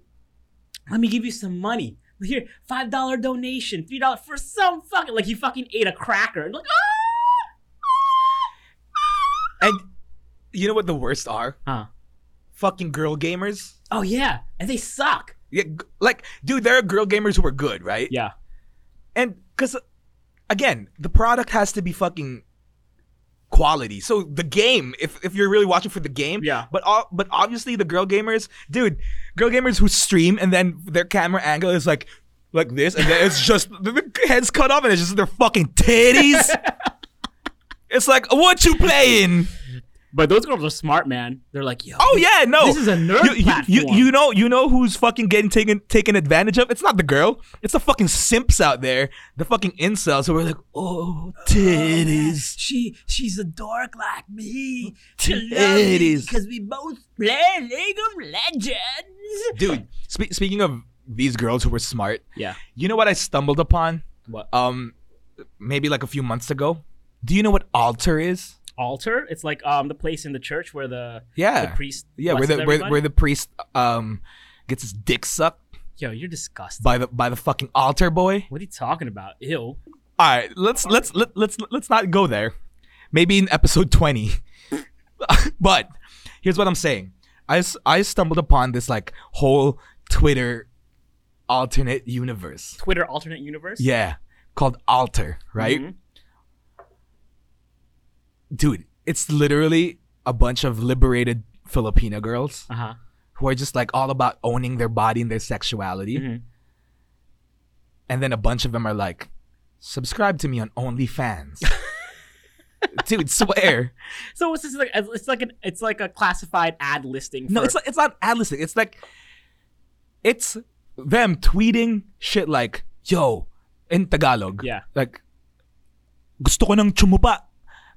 S3: let me give you some money. Here, five dollar donation, three dollar for some fucking like you fucking ate a cracker. Like, ah!
S1: And You know what the worst are?
S3: Huh.
S1: Fucking girl gamers.
S3: Oh yeah, and they suck.
S1: Yeah, g- like, dude, there are girl gamers who are good, right?
S3: Yeah.
S1: And because, again, the product has to be fucking quality. So the game, if if you're really watching for the game,
S3: Yeah.
S1: But all, but obviously the girl gamers, dude, girl gamers who stream and then their camera angle is like like this, and then it's just the, the heads cut off, and it's just their fucking titties. it's like what you playing?
S3: But those girls are smart, man. They're like, yo.
S1: Oh yeah, no.
S3: This is a nerd
S1: you, you,
S3: platform.
S1: you, you know, you know who's fucking getting taken taken advantage of? It's not the girl. It's the fucking simps out there, the fucking incels who are like, oh titties.
S3: She she's a dork like me.
S1: Titties.
S3: because we both play League of Legends.
S1: Dude, spe- speaking of these girls who were smart,
S3: Yeah.
S1: you know what I stumbled upon?
S3: What uh,
S1: Um, maybe like a few months ago. Do you know what altar is?
S3: altar? It's like um the place in the church where the
S1: Yeah.
S3: the priest
S1: Yeah, where
S3: blesses
S1: the where,
S3: everybody?
S1: where the priest um gets his dick sucked
S3: yo you're disgusting.
S1: by the by the fucking altar boy.
S3: What are you talking about? Ew.
S1: All right, let's let's let, let's let's not go there. Maybe in episode 20. but here's what I'm saying. I, s- I stumbled upon this like whole Twitter alternate universe.
S3: Twitter alternate universe.
S1: Yeah, called Alter, right?
S3: Mhm.
S1: Dude, it's literally a bunch of liberated Filipino girls
S3: Uh huh.
S1: who are just like all about owning their body and their sexuality.
S3: Mhm.
S1: And then a bunch of them are like, subscribe to me on OnlyFans. Dude, swear.
S3: So it's just like it's like an it's like a classified ad listing.
S1: No,
S3: for-
S1: it's not, it's not ad listing. It's like it's them tweeting shit like "yo" in Tagalog.
S3: Yeah.
S1: Like gusto ko ng chumupa.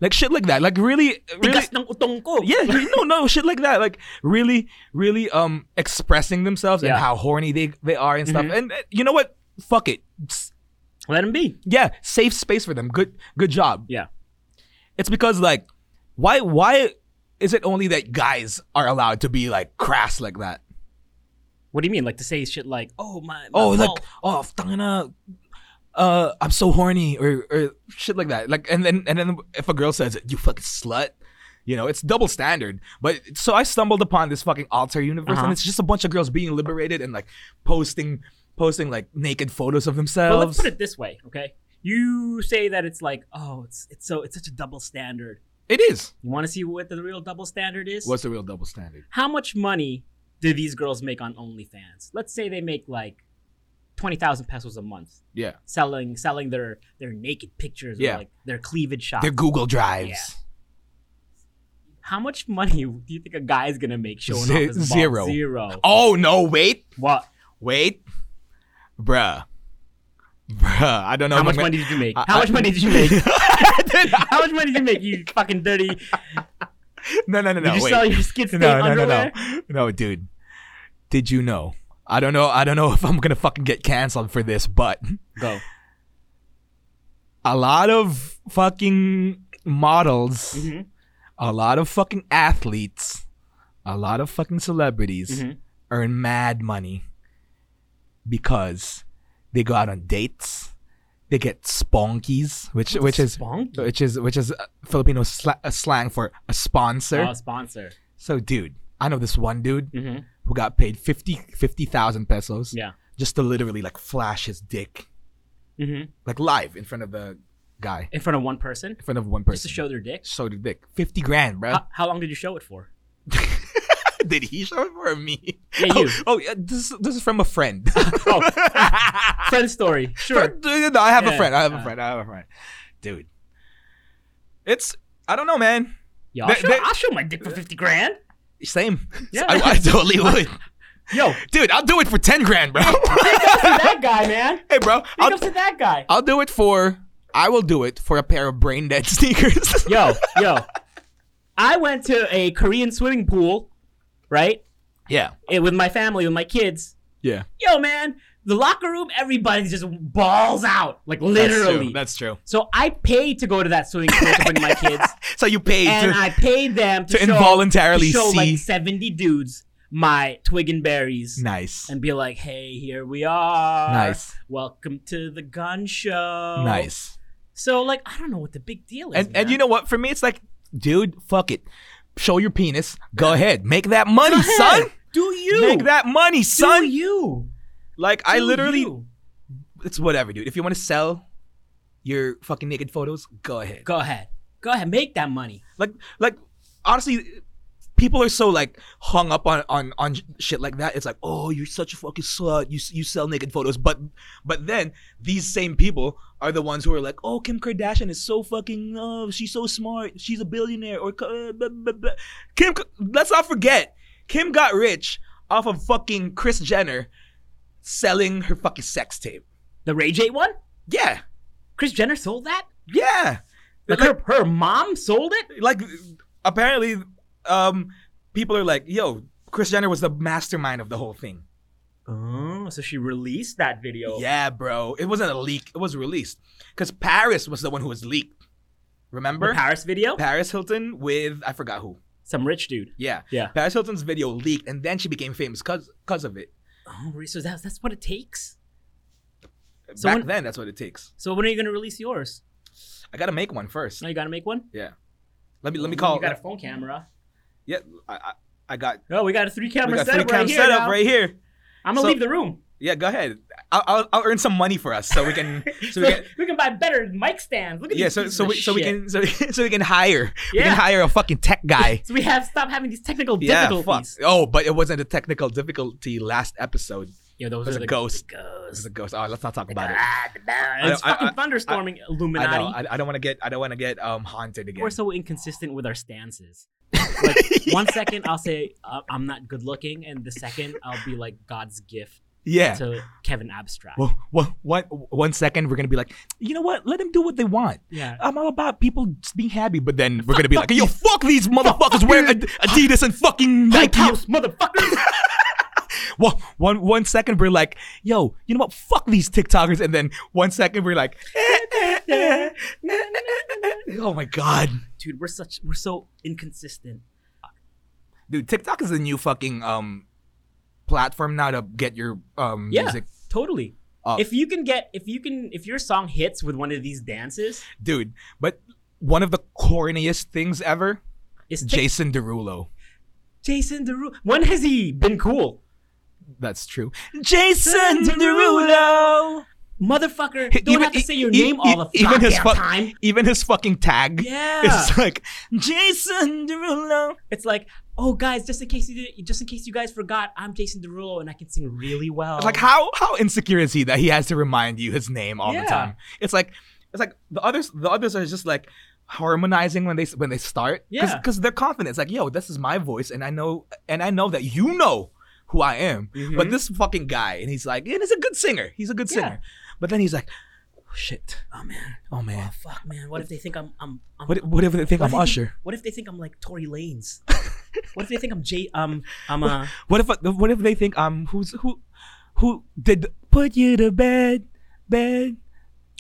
S1: Like shit like that. Like really, really.
S3: Tigas ng utong ko.
S1: Yeah, no, no, shit like that. Like really, really, um, expressing themselves and
S3: Yeah. Mm-hmm.
S1: how horny they they are and stuff. And uh, you know what? Fuck it. S-
S3: Let him be.
S1: Yeah, safe space for them. Good, good job.
S3: Yeah.
S1: It's because like, why, why is it only that guys are allowed to be like crass like that?
S3: What do you mean? Like to say shit like, oh my, my
S1: oh,
S3: ball.
S1: like oh, tangina, uh, I'm so horny or or shit like that. Like, and then and then if a girl says it, you fucking slut. You know, it's double standard. But so I stumbled upon this fucking alter universe,
S3: Uh-huh.
S1: and it's just a bunch of girls being liberated and like posting, posting like naked photos of
S3: But let's
S1: themselves.
S3: put it this way, okay? You say that it's like, oh, it's it's so it's such a double standard.
S1: it is.
S3: You want to see what the real double standard is?
S1: What's the real double standard?
S3: How much money do these girls make on OnlyFans? Let's say they make like twenty thousand pesos a month
S1: Yeah,
S3: selling selling their their naked pictures,
S1: Yeah.
S3: or like their cleavage shots.
S1: their Google drives.
S3: How much money do you think a guy is gonna make showing
S1: Ze-
S3: off his ball?
S1: zero.
S3: Zero.
S1: Oh no! Wait,
S3: What?
S1: wait, bruh, bruh. I don't know.
S3: How
S1: if I'm
S3: much
S1: gonna-
S3: money did you make?
S1: I-
S3: How
S1: I-
S3: much money did you make? How much money did you make? You fucking dirty. Did
S1: no, no, no, no.
S3: you
S1: wait.
S3: sell your skid stain
S1: no, no, no,
S3: underwear?
S1: no, no, dude. Did you know? I don't know. I don't know if I'm gonna fucking get canceled for this, but
S3: Go.
S1: a lot of fucking models,
S3: Mhm.
S1: a lot of fucking athletes, a lot of fucking celebrities
S3: Mhm.
S1: earn mad money because they go out on dates. They get sponkies, which which is
S3: sponky?
S1: which is which is uh, Filipino sla- uh, slang for a sponsor.
S3: Oh, sponsor.
S1: So, dude, I know this one dude
S3: Mm-hmm.
S1: who got paid 50 50,000 pesos
S3: Yeah.
S1: just to literally like flash his dick
S3: Mm-hmm.
S1: like live in front of the guy
S3: In front of one person,
S1: in front of one person
S3: just to show their dick.
S1: show the dick 50 grand bro
S3: How, how long did you show it for?
S1: did he show it for me
S3: Yeah,
S1: oh,
S3: you.
S1: oh, yeah, this this is from a friend
S3: Oh, friend story. Sure.
S1: no, I have a
S3: Yeah,
S1: friend I have a
S3: uh.
S1: friend I have a friend dude it's I don't know man
S3: Yeah, I'll,
S1: They-
S3: show,
S1: they-
S3: I'll show my dick for fifty grand.
S1: same
S3: Yeah.
S1: I, I totally would
S3: Yo,
S1: dude I'll do it for 10 grand bro
S3: that guy, man.
S1: hey bro
S3: Big
S1: I'll,
S3: ups to that guy.
S1: I'll do it for I will do it for a pair of brain dead sneakers
S3: Yo, yo. I went to a Korean swimming pool, right?
S1: yeah
S3: Eh, with my family, with my kids.
S1: yeah
S3: Yo, man, the locker room, everybody's just balls out, like literally.
S1: That's true.
S3: so I paid to go to that swimming pool to bring my kids.
S1: So you paid
S3: and
S1: to,
S3: I paid them to,
S1: to
S3: show,
S1: involuntarily
S3: to show
S1: see-
S3: like seventy dudes my twig and berries
S1: nice.
S3: and be like, "Hey, here we are.
S1: Nice.
S3: welcome to the gun show."
S1: Nice.
S3: So like, I don't know what the big deal is.
S1: And and you know what? For me, it's like, dude, fuck it. show your penis. Go ahead, make that money, son.
S3: Do you?
S1: Make that money, son.
S3: Do you?
S1: like I
S3: Do
S1: literally,
S3: you?
S1: it's whatever, dude. If you want to sell your fucking naked photos, go ahead.
S3: Go ahead. Go ahead. Make that money.
S1: like like honestly people are so like hung up on on on shit like that it's like oh you're such a fucking slut you you sell naked photos but but then these same people are the ones who are like oh kim kardashian is so fucking oh she's so smart she's a billionaire or uh, blah, blah, blah. kim let's not forget kim got rich off of fucking chris jenner selling her fucking sex tape
S3: The Ray J one?
S1: yeah
S3: Chris Jenner sold that?
S1: yeah
S3: Like, her, her mom sold it?
S1: like apparently um people are like yo chris jenner was the mastermind of the whole thing
S3: Oh, so she released that video.
S1: yeah bro it wasn't a leak it was released because paris was the one who was leaked
S3: The
S1: remember
S3: Paris video?
S1: paris hilton with i forgot who
S3: Some rich dude.
S1: yeah
S3: Yeah.
S1: paris hilton's video leaked and then she became famous because of it
S3: Oh, so that's, that's what it takes? So
S1: back
S3: when-
S1: then that's what it takes
S3: So when are you going to release yours?
S1: i gotta make one first
S3: Now you got to make one?
S1: yeah let me let me call
S3: You got a phone camera.
S1: yeah i i, I got
S3: No, we got a three
S1: we
S3: camera
S1: got
S3: setup,
S1: three
S3: right,
S1: cam
S3: here
S1: setup
S3: now.
S1: right here
S3: I'm going
S1: So-
S3: to leave the room.
S1: yeah go ahead I'll, I'll i'll earn some money for us so we can so we
S3: So
S1: can
S3: we can buy better mic stands. Look at
S1: Yeah,
S3: these
S1: so
S3: pieces
S1: so
S3: of
S1: we, so we
S3: shit.
S1: can so, so we can hire we
S3: Yeah.
S1: can hire a fucking tech guy.
S3: So we have stopped having these technical
S1: yeah, fuck.
S3: difficulties.
S1: Oh, but it wasn't a technical difficulty last episode.
S3: Yo, those
S1: There's
S3: are
S1: a
S3: the
S1: ghost.
S3: ghosts.
S1: This is a ghost. Oh, let's not talk about it.
S3: Ah, the bear. It's
S1: I- I-
S3: fucking
S1: I-
S3: thunderstorming
S1: I
S3: Illuminati.
S1: know. I, I don't want to get I don't want to get um haunted again.
S3: We're so inconsistent with our stances. Like one second I'll say uh, I'm not good looking, and the second I'll be like God's gift
S1: yeah.
S3: to Kevin Abstract.
S1: Well, well, one one second we're gonna be like, you know what? Let them do what they want.
S3: yeah.
S1: I'm all about people just being happy, but then we're gonna be like, yo, fuck these motherfuckers wearing Ad- Adidas and fucking Nike.
S3: House, motherfuckers.
S1: Well, one one second we're like, yo, you know what? Fuck these TikTokers, and then one second we're like, eh, eh, eh, eh, eh, eh. oh my god,
S3: Dude, we're such we're so inconsistent.
S1: dude, TikTok is a new fucking um platform now to get your um
S3: Yeah,
S1: music,
S3: totally.
S1: Oh.
S3: If you can get if you can if your song hits with one of these dances,
S1: dude. But one of the corniest things ever,
S3: it's Jason
S1: Jason Derulo.
S3: Jason Derulo. When has he been cool?
S1: That's true. Jason Derulo.
S3: Motherfucker, don't have to say your
S1: e-
S3: name
S1: e-
S3: all the
S1: even
S3: goddamn
S1: his fuck-
S3: time.
S1: Even his fucking tag.
S3: Yeah.
S1: It's like Jason Derulo.
S3: It's like, oh guys, just in case you did, just in case you guys forgot, I'm Jason Derulo and I can sing really well.
S1: It's like how how insecure is he that he has to remind you his name all the
S3: Yeah.
S1: time? It's like it's like the others the others are just like harmonizing when they when they start
S3: Yeah.
S1: because they're confident. It's like yo, this is my voice, and I know and I know that you know who I am. But this fucking guy, and he's like, and he's a good singer. He's a good
S3: Mm-hmm. Yeah.
S1: singer. But then he's like, oh, shit,
S3: oh man,
S1: oh man,
S3: fuck man, what if they think I'm I'm, I'm
S1: what what if they think
S3: what
S1: I'm
S3: if they think-
S1: Usher?
S3: what if they think I'm like Tory Lanez? what if they think I'm Jay um I'm uh
S1: What if what if they think um who's who who did put you to bed bed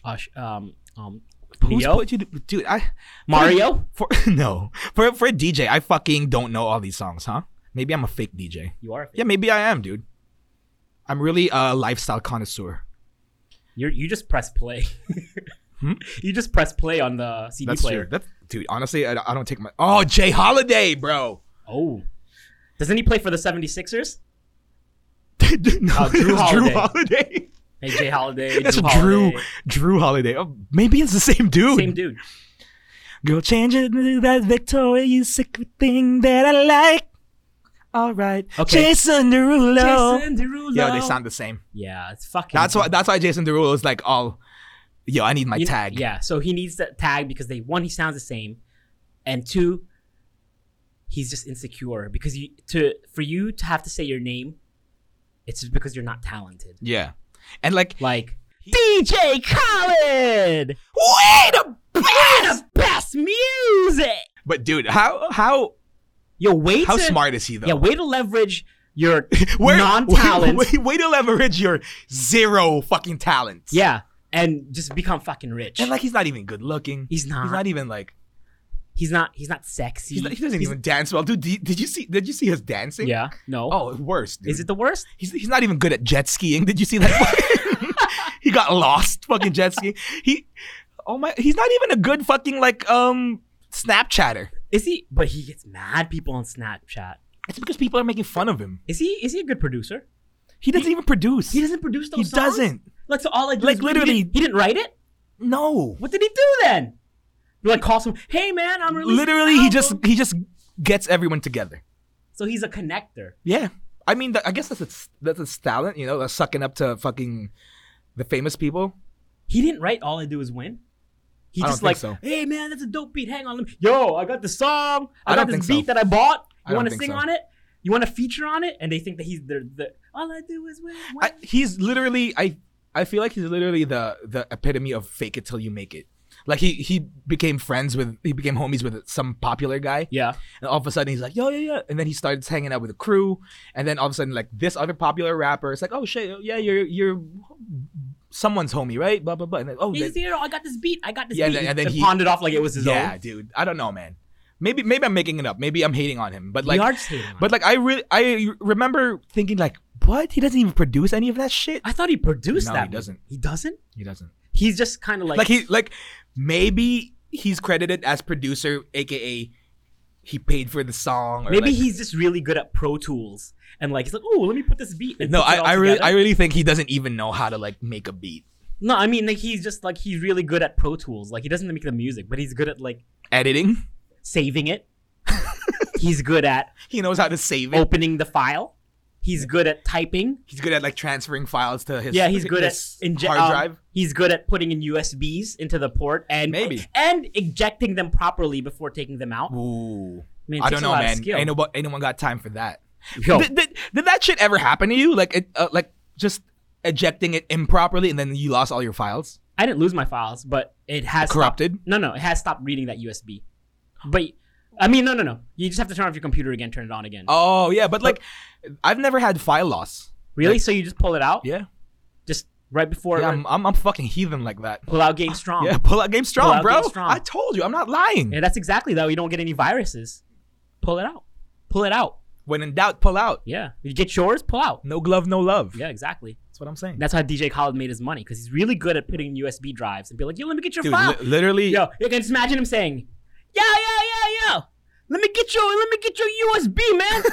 S3: Ush, um um
S1: who's
S3: Neo?
S1: put you to dude I
S3: Mario?
S1: for no for for a DJ I fucking don't know all these songs huh maybe I'm a fake DJ
S3: You are a
S1: yeah maybe I am dude I'm really a lifestyle connoisseur
S3: You're, you just press play. You just press play on the CD
S1: Hmm? that's
S3: player.
S1: true that's dude honestly I, I don't take my oh Jay Holiday bro
S3: Oh. Doesn't he play for the 76ers?
S1: no
S3: Oh, Drew
S1: it's Drew
S3: Holiday.
S1: Holiday
S3: Hey, Jay Holiday.
S1: that's
S3: Drew
S1: Drew
S3: Holiday.
S1: Drew Holiday oh, maybe it's the same dude
S3: Same dude.
S1: Girl, change it to that Victoria's Secret thing that I like. All right,
S3: Okay.
S1: Jason Derulo.
S3: Jason Derulo.
S1: Yo, they sound the same.
S3: Yeah, it's fucking.
S1: That's why. That's why Jason Derulo is like, all. Yo, I need my
S3: You-
S1: tag.
S3: Yeah, so he needs that tag because they one, he sounds the same, and two, he's just insecure because you to for you to have to say your name, it's just because you're not talented.
S1: Yeah. And like,
S3: Like DJ Khaled,
S1: wait a minute.
S3: the best music.
S1: But dude, how how
S3: Yo, wait.
S1: how
S3: to,
S1: smart is he though?
S3: Yeah, way to leverage your
S1: Where-
S3: non-talent.
S1: Way, way, way to leverage your zero fucking talent.
S3: Yeah, and just become fucking rich.
S1: And like, he's not even good looking.
S3: He's not.
S1: He's not even like.
S3: he's not. He's not sexy.
S1: He's not, he doesn't even dance well, dude. Did, did you see? Did you see his dancing?
S3: Yeah. No.
S1: Oh, worse. Dude.
S3: is it the worst?
S1: He's, he's not even good at jet skiing. Did you see that? he got lost fucking jet skiing. He, oh my, he's not even a good fucking like um Snapchatter.
S3: Is he? But he gets mad people on Snapchat.
S1: It's because people are making fun of him.
S3: Is he? Is he a good producer?
S1: He doesn't even produce.
S3: He doesn't produce those.
S1: He
S3: songs?
S1: doesn't.
S3: Like so, all I do
S1: Like,
S3: is-
S1: literally-
S3: he didn't, he didn't write it.
S1: No.
S3: What did he do then? You like call some. Hey man, I'm releasing
S1: Literally,
S3: an
S1: he just
S3: album."
S1: he just gets everyone together.
S3: So he's a connector.
S1: Yeah. I mean, th- I guess that's its that's its talent. You know, that's sucking up to fucking the famous people.
S3: He didn't write "All I Do Is Win." He
S1: I
S3: just
S1: don't
S3: like,
S1: think so.
S3: hey man, that's a dope beat. Hang on, let me. Yo, I got the song. I,
S1: I
S3: got
S1: don't
S3: this
S1: think
S3: beat
S1: so.
S3: that I bought.
S1: I
S3: You
S1: don't
S3: want to
S1: think
S3: sing
S1: so.
S3: on it? You want to feature on it? And they think that he's the, the all I do is win. win.
S1: I, he's literally I I feel like he's literally the the epitome of fake it till you make it. Like he he became friends with he became homies with some popular guy.
S3: yeah,
S1: And all of a sudden he's like, yo, yeah, yeah. And then he starts hanging out with the crew. And then all of a sudden, like this other popular rapper is like, oh shit, yeah, you're you're someone's homie, right? Blah blah blah. And then, oh,
S3: he's
S1: then-
S3: here. I got this beat. I got this
S1: Yeah,
S3: beat.
S1: and then
S3: And
S1: he-
S3: pawned it off like it was his
S1: yeah,
S3: own.
S1: dude. I don't know, man. Maybe maybe I'm making it up. Maybe I'm hating on him. But like
S3: we are just hating on
S1: but
S3: him.
S1: like I really I remember thinking like, what? He doesn't even produce any of that shit.
S3: I thought he produced
S1: No,
S3: that.
S1: he
S3: one.
S1: doesn't.
S3: He doesn't.
S1: He doesn't.
S3: He's just kind of like,
S1: Like, he like maybe he's credited as producer, aka he paid for the song. Or
S3: maybe
S1: like-
S3: he's just really good at Pro Tools and like he's like, oh, let me put this beat. And
S1: No,
S3: puts
S1: I,
S3: it all
S1: I really I
S3: together."
S1: really think he doesn't even know how to like make a beat,
S3: no, I mean like he's just like he's really good at Pro Tools. Like he doesn't make the music, but he's good at like
S1: editing.
S3: saving it. he's good at
S1: He knows how to save it.
S3: opening the file. He's good at typing.
S1: He's good at like transferring files to his
S3: Yeah, he's good at
S1: his
S3: inje-
S1: hard
S3: um,
S1: drive.
S3: He's good at putting in USBs into the port and
S1: Maybe.
S3: and ejecting them properly before taking them out.
S1: Ooh,
S3: mean, it takes
S1: I don't
S3: a
S1: know,
S3: lot of
S1: man.
S3: skill.
S1: Ain't nobody, ain't no one got time for that.
S3: Yo,
S1: Did, did, did that shit ever happen to you? Like, it, uh, like just ejecting it improperly, and then you lost all your files,
S3: I didn't lose my files, but it has stopped-
S1: corrupted.
S3: No, no, it has stopped reading that USB. But I mean, no, no, no. You just have to turn off your computer again, turn it on again.
S1: Oh yeah, but like, I've never had file loss.
S3: really? So you just pull it out?
S1: Yeah,
S3: Just right before
S1: yeah I'm, I'm, I'm fucking heathen like that.
S3: pull out Game Strong.
S1: Yeah, pull out game strong,
S3: out
S1: bro.
S3: Game Strong.
S1: I told you, I'm not lying.
S3: yeah, that's exactly that. You don't get any viruses. Pull it out. Pull it out.
S1: When in doubt, pull out.
S3: Yeah. You get yours, pull out.
S1: No glove, no love.
S3: Yeah, exactly.
S1: That's what I'm saying.
S3: That's how DJ Khaled made his money because he's really good at putting in USB drives and be like, yo, let me get your
S1: Dude,
S3: file.
S1: li- literally,
S3: yo, you can just imagine him saying, yo, yo, yo, yo, let me get your, let me get your USB, man.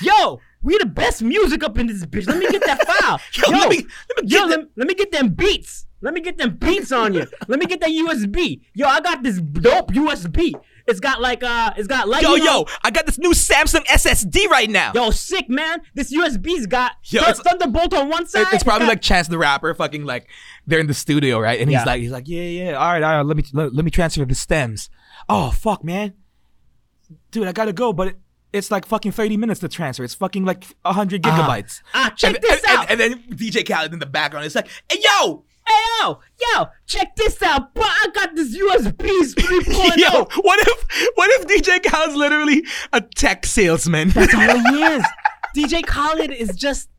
S3: yo, we the best music up in this bitch. Let me get that file.
S1: Yo, let me- let me
S3: yo,
S1: get
S3: lem- let me get them beats. Let me get them beats on you. let me get that USB. Yo, I got this dope USB. It's got like, uh, it's got like,
S1: yo, yo, I got this new Samsung SSD right now.
S3: Yo, sick man! This USB's got
S1: Yo,
S3: Thun-
S1: it's-
S3: Thunderbolt on one side.
S1: It- it's probably
S3: got-
S1: like Chance the Rapper, fucking like they're in the studio, right? And
S3: Yeah.
S1: he's like, he's like, yeah, yeah, all right, all right, let me let, let me transfer the stems. Oh fuck, man, dude, I gotta go, but it, it's like fucking thirty minutes to transfer. It's fucking like hundred gigabytes.
S3: Ah, check
S1: and,
S3: this
S1: and-
S3: out.
S1: And, and then DJ Khaled in the background is like, hey, yo,
S3: Hey yo, yo, check this out, bro! I got this USB's 3.0.
S1: yo, what if what if DJ Khaled's literally a tech salesman?
S3: that's all he is. DJ Khaled is just.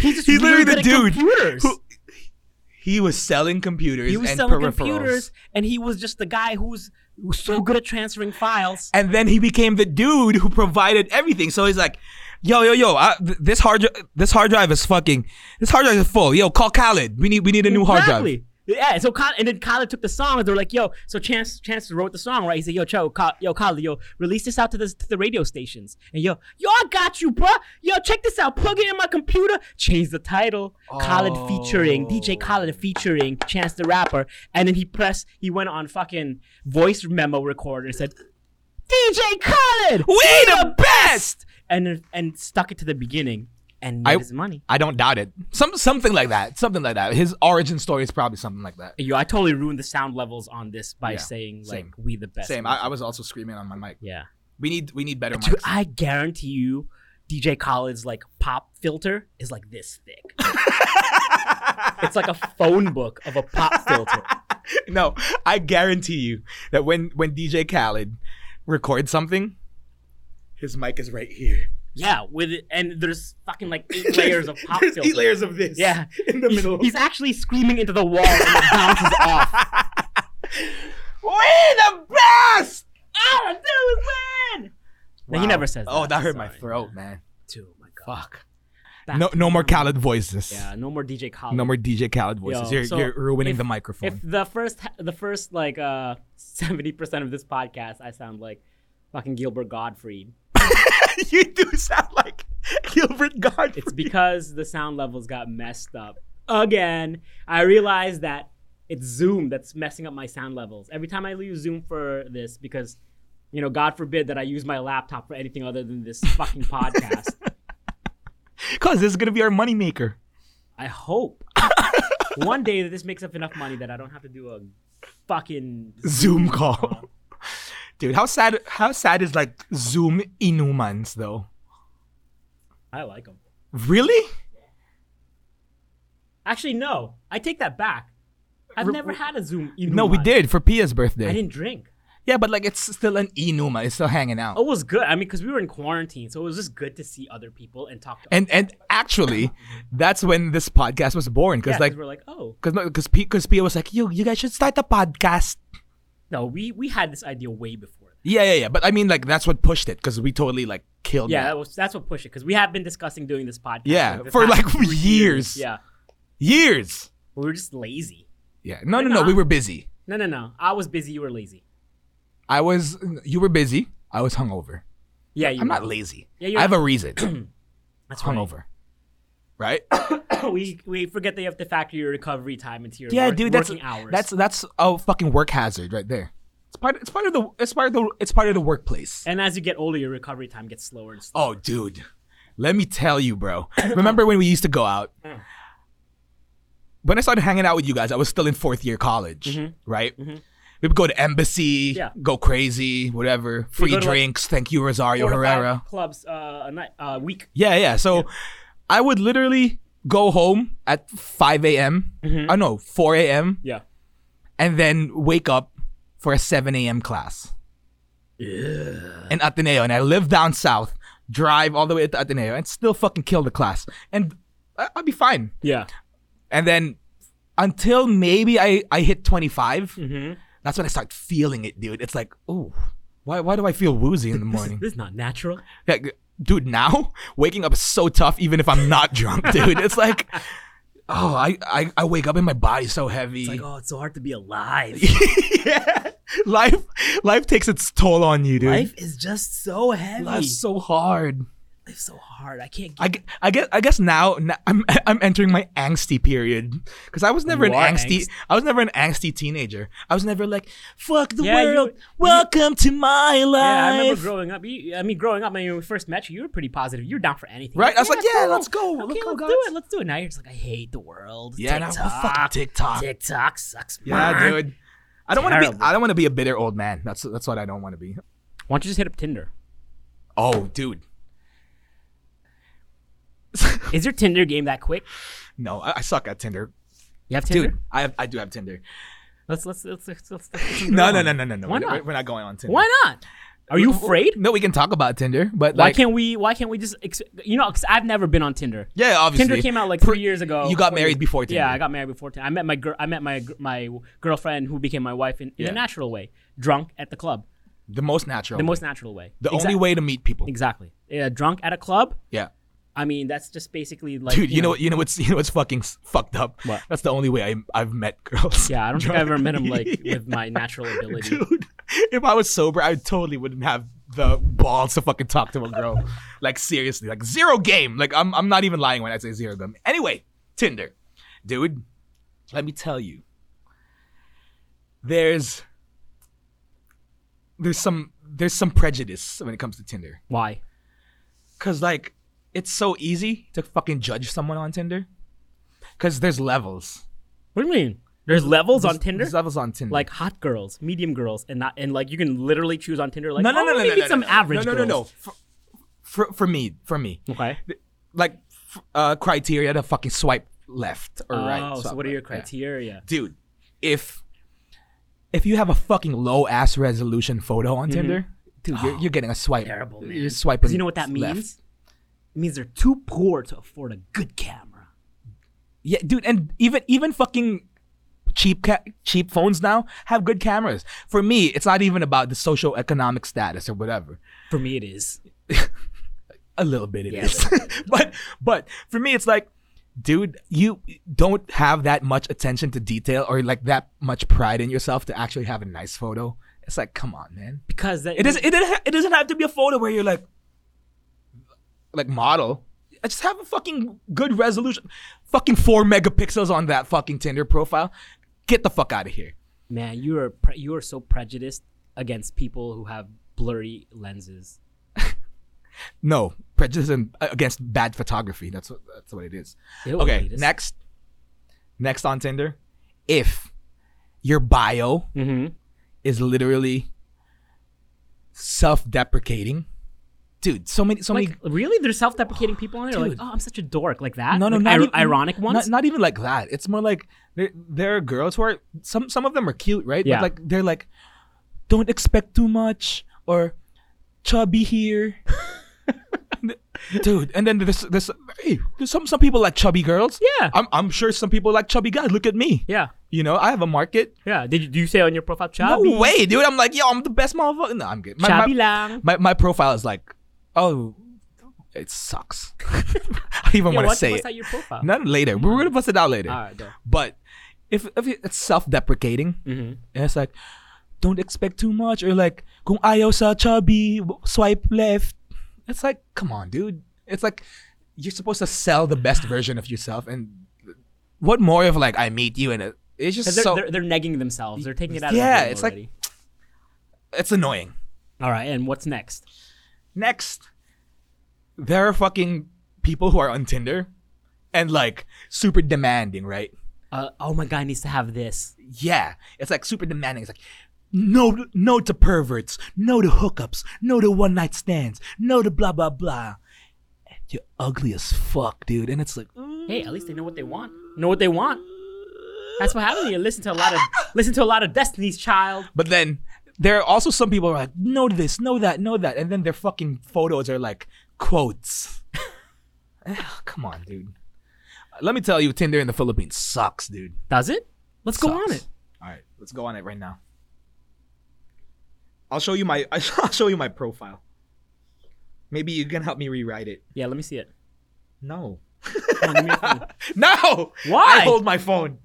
S3: He's just
S1: He's
S3: really
S1: literally the
S3: good at
S1: dude
S3: Computers.
S1: who- he was selling computers
S3: he was
S1: and
S3: selling
S1: peripherals.
S3: computers, and he was just the guy who's who's so good at transferring files.
S1: and then he became the dude who provided everything. So he's like, "Yo, yo, yo, I, th- this hard dri- this hard drive is fucking this hard drive is full. Yo, call Khaled. We need we need a new hard drive."
S3: Exactly. Yeah, so Kyle, and then Khaled took the song, and they were like, "Yo," so Chance Chance wrote the song, right? He said, "Yo, Cho, Kyle, yo, Khaled, yo, release this out to the to the radio stations." And yo, yo, I got you, bruh. Yo, check this out. Plug it in my computer. Change the title. Khaled
S1: Oh.
S3: featuring DJ Khaled featuring Chance the Rapper, and then he pressed. He went on fucking voice memo recorder and said, "DJ Khaled,
S1: We the best.
S3: and then- and stuck it to the beginning and made
S1: I-
S3: his money.
S1: I don't doubt it. Some something like that. Something like that. His origin story is probably something like that.
S3: Yo, I totally ruined the sound levels on this by
S1: Yeah,
S3: saying like
S1: same.
S3: we the best.
S1: Same. I, I was also screaming on my mic.
S3: yeah.
S1: We need we need better mics.
S3: Dude, I guarantee you DJ Khaled's like pop filter is like this thick. it's like a phone book of a pop filter.
S1: no, I guarantee you that when when DJ Khaled records something, his mic is right here.
S3: Yeah, with it, and there's fucking like eight layers of pop
S1: There's
S3: filter.
S1: eight layers of this.
S3: Yeah.
S1: in the
S3: He's-
S1: middle.
S3: He's actually screaming into the wall and it bounces off.
S1: we the best.
S3: All I do is win. No, he
S1: Wow.
S3: never says
S1: Oh, that hurt my
S3: Sorry.
S1: throat, man.
S3: Dude, oh my god.
S1: Fuck.
S3: back.
S1: No, no more Khaled voices.
S3: Yeah, no more DJ Khaled.
S1: No more DJ Khaled voices.
S3: Yo,
S1: you're,
S3: so
S1: you're ruining
S3: if-
S1: the microphone.
S3: If the first, the first like uh seventy percent of this podcast, I sound like fucking Gilbert Gottfried.
S1: you do sound like Gilbert Godfrey.
S3: It's because the sound levels got messed up again. I realized that it's Zoom that's messing up my sound levels. Every time I use Zoom for this, because you know, God forbid that I use my laptop for anything other than this fucking podcast.
S1: Because this is gonna be our moneymaker.
S3: I hope one day that this makes up enough money that I don't have to do a fucking
S1: Zoom call. Dude, how sad how sad is like Zoom inumans though?
S3: I like them.
S1: Really?
S3: Actually, no. I take that back. I've never had a Zoom. Inuman.
S1: No, we did for Pia's
S3: I
S1: birthday.
S3: didn't drink. Oh,
S1: Yeah, but like it's still an inuma. It's still hanging out.
S3: It was good. I mean, because we were in quarantine, so it was just good to see other people and talk to.
S1: And and actually, that's when this podcast was born. Cause
S3: Yeah,
S1: like
S3: we're like, oh
S1: cause no, cause P, cause Pia was like, yo, you guys should start a podcast.
S3: no, we we had this idea way before. That.
S1: Yeah, yeah, yeah. But I mean, like that's what pushed it because we totally like killed.
S3: Yeah,
S1: that.
S3: that was, that's what pushed it because we have been discussing doing this podcast.
S1: Yeah,
S3: the
S1: for,
S3: past
S1: like,
S3: three
S1: years.
S3: Yeah,
S1: years.
S3: we were just lazy.
S1: Yeah. No,
S3: We're
S1: no, no. We
S3: not.
S1: were busy.
S3: No, no, no. I was busy. You were lazy.
S1: I was. You were busy. I was hungover.
S3: Yeah, you
S1: I'm
S3: were.
S1: not lazy.
S3: Yeah, you're
S1: I have a reason.
S3: That's right.
S1: hungover. Right?
S3: we we forget that you have to factor your recovery time into your
S1: yeah,
S3: work-
S1: dude. That's
S3: working hours.
S1: that's that's a fucking work hazard right there. It's part. It's part of the. It's part of the. It's part of the workplace.
S3: and as you get older, your recovery time gets slower and slower.
S1: Oh, dude. Let me tell you, bro. Remember when we used to go out? When I started hanging out with you guys, I was still in fourth year college, right? We would go to embassy,
S3: Yeah.
S1: go crazy, whatever. Free
S3: go to, like,
S1: drinks. Thank you, Rosario
S3: Four to five
S1: Oh, Herrera.
S3: clubs uh, a night a week.
S1: Yeah, yeah. So I would literally go home at 5 a.m. I know, 4 a.m.
S3: Yeah.
S1: and then wake up for a 7 a.m. class in Ateneo. And I live down south, drive all the way to Ateneo, and still fucking kill the class. And I- I'll be fine.
S3: Yeah.
S1: And then until maybe I, I hit 25,
S3: Mm. Mm-hmm.
S1: that's when I start feeling it, dude. It's like, ooh, why, why do I feel woozy in the morning?
S3: This is not natural.
S1: Like, dude, now waking up is so tough, even if I'm not drunk, dude. It's like, oh, I, I, I wake up and my body's so heavy.
S3: Like, oh, it's so hard to be alive.
S1: yeah. Life, life takes its toll on you, dude.
S3: Life is just so heavy.
S1: Life's so hard.
S3: Life's so hard. I can't get
S1: I, gue- I guess I guess now, n- I'm I'm entering my angsty period because I was never
S3: You
S1: an
S3: are
S1: angsty
S3: angst-
S1: I was never an angsty teenager. I was never like fuck the
S3: Yeah, you-
S1: world,
S3: you-
S1: welcome to my life.
S3: Yeah, I remember growing up. You, I mean, growing up, when you first met you, you were pretty positive. You were down for anything.
S1: Right? I was like, yeah, let's
S3: cool.
S1: go.
S3: Okay,
S1: Let's
S3: let's,
S1: go,
S3: do
S1: guys."
S3: it. Let's do it. Now you're just like, I hate the world.
S1: Yeah, now,
S3: TikTok.
S1: oh, fuck TikTok.
S3: TikTok sucks.
S1: yeah,
S3: man.
S1: dude. I don't want to be.
S3: Terrible.
S1: I don't want to be a bitter old man. That's that's what I don't want to be.
S3: Why don't you just hit up Tinder?
S1: Oh, dude.
S3: Is your Tinder game that quick?
S1: No, I, I suck at Tinder.
S3: You have Tinder?
S1: Dude, I have, I do have Tinder.
S3: Let's let's let's let's. let's, let's
S1: No, no, no, no, no, no.
S3: Why
S1: We're-
S3: not?
S1: We're not going on Tinder.
S3: Why not? Are you afraid?
S1: No, we can talk about Tinder, but
S3: Why
S1: like,
S3: can't we? Why can't we just? Ex- you know, because I've never been on Tinder.
S1: yeah, obviously.
S3: Tinder came out like
S1: Pre-
S3: three years ago.
S1: You got
S3: Four
S1: married
S3: years-
S1: before Tinder.
S3: Yeah, I got married before Tinder. I met my girl. I met my gr- my w- girlfriend who became my wife in, in
S1: Yeah.
S3: a natural way, drunk at the club.
S1: the most natural.
S3: The most natural way.
S1: The
S3: Exact-
S1: only way to meet people.
S3: Exactly. Yeah, drunk at a club.
S1: Yeah.
S3: I mean, that's just basically like.
S1: Dude, you, know, what? You know what's you know what's fucking s- fucked up.
S3: What?
S1: That's the only way I, I've met girls.
S3: Yeah, I don't think I ever met him like
S1: Yeah.
S3: with my natural ability.
S1: Dude, if I was sober, I totally wouldn't have the balls to fucking talk to a girl. like seriously, like zero game. Like I'm I'm not even lying when I say zero game. Anyway, Tinder. Dude, let me tell you. There's there's some there's some prejudice when it comes to Tinder.
S3: Why?
S1: Cause like it's so easy to fucking judge someone on Tinder. Cause there's levels.
S3: What do you mean? There's levels on Tinder.
S1: There's levels on Tinder.
S3: Like hot girls, medium girls, and not and like you can literally choose on Tinder. Like
S1: no, no,
S3: oh,
S1: no, no,
S3: maybe
S1: no, no,
S3: some
S1: no, no.
S3: average.
S1: No, no, no, no.
S3: girls.
S1: For, for, for me, for me,
S3: Okay.
S1: like f- uh, criteria to fucking swipe left or right.
S3: Oh, so
S1: swipe
S3: what are
S1: right.
S3: your
S1: Yeah.
S3: criteria?
S1: dude? If if you have a fucking low ass resolution photo on Tinder, dude, you're, you're getting a swipe.
S3: Mm-hmm. Oh, Terrible, man.
S1: You're
S3: 'Cause
S1: swiping.
S3: You know what that means?
S1: left.
S3: It means they're too poor to afford a good camera.
S1: Yeah, dude, and even even fucking cheap ca- cheap phones now have good cameras. For me, it's not even about the social economic status or whatever.
S3: For me, it is.
S1: a little bit it
S3: Yeah,
S1: is, but but for me, it's like, dude, you don't have that much attention to detail or like that much pride in yourself to actually have a nice photo. It's like, come on, man.
S3: because that,
S1: It doesn't. It, doesn't ha- it doesn't have to be a photo where you're like, like model. I just have a fucking good resolution, fucking four megapixels on that fucking Tinder profile. Get the fuck out of here.
S3: man, you are pre- you are so prejudiced against people who have blurry lenses.
S1: No prejudice and- uh, against bad photography. That's what. That's what it is.
S3: Ew,
S1: Okay,
S3: elitist.
S1: next. Next on Tinder, if your bio
S3: Mhm.
S1: is literally self-deprecating, dude. So many, so many.
S3: Like really, there's self-deprecating people on there. Like,
S1: Dude.
S3: oh, I'm such a dork, like that.
S1: No, no,
S3: like,
S1: not
S3: ir-
S1: even,
S3: ironic ones.
S1: Not, not even like that. It's more like there, there are girls who are some. Some of them are cute, right?
S3: Yeah.
S1: But like they're like, don't expect too much or chubby here, dude. And then there's there's hey, there's some some people like chubby girls.
S3: Yeah.
S1: I'm I'm sure some people like chubby guys. Look at me.
S3: yeah,
S1: You know, I have a market.
S3: yeah. Did you do you say on your profile
S1: No
S3: chubby?
S1: way, dude. I'm like, yo, I'm the best motherfucker. No, I'm good. My,
S3: Chubby
S1: my,
S3: lang.
S1: my, my profile is like, oh, it sucks. I even
S3: Yeah,
S1: want
S3: why
S1: to
S3: don't
S1: say
S3: you bust
S1: it.
S3: out your profile?
S1: Not later. We're gonna bust it out later.
S3: All right, go.
S1: But if, if it's self-deprecating,
S3: Mhm.
S1: and it's like, don't expect too much, or like, kung ayaw sa chubby, swipe left. It's like, come on, dude. It's like you're supposed to sell the best version of yourself, and what more if like I meet you and it, it's just
S3: 'Cause They're,
S1: so
S3: they're, they're negging themselves. They're taking it out.
S1: Yeah,
S3: of the
S1: it's like- it's annoying.
S3: all right. And what's next?
S1: Next, there are fucking people who are on Tinder and like super demanding, right?
S3: Uh, oh my guy needs to have this.
S1: Yeah, it's like super demanding. It's like no, no to perverts, no to hookups, no to one night stands, no to blah blah blah. And you're ugly as fuck, dude. And it's like, mm,
S3: Hey, at least they know what they want. Know what they want. That's what happens. when You listen to a lot of listen to a lot of Destiny's Child.
S1: but then there are also some people who are like, no to this, no that, no that, and then their fucking photos are like quotes. Ah, Come on, dude. Let me tell you, Tinder in the Philippines sucks, dude.
S3: Does it? Let's go on
S1: Sucks.
S3: it.
S1: All right, let's go on it right now. I'll show you my I'll show you my profile. Maybe you can help me rewrite it.
S3: Yeah, let me see it.
S1: No.
S3: Come on, give me your phone.
S1: No.
S3: Why?
S1: I hold my phone.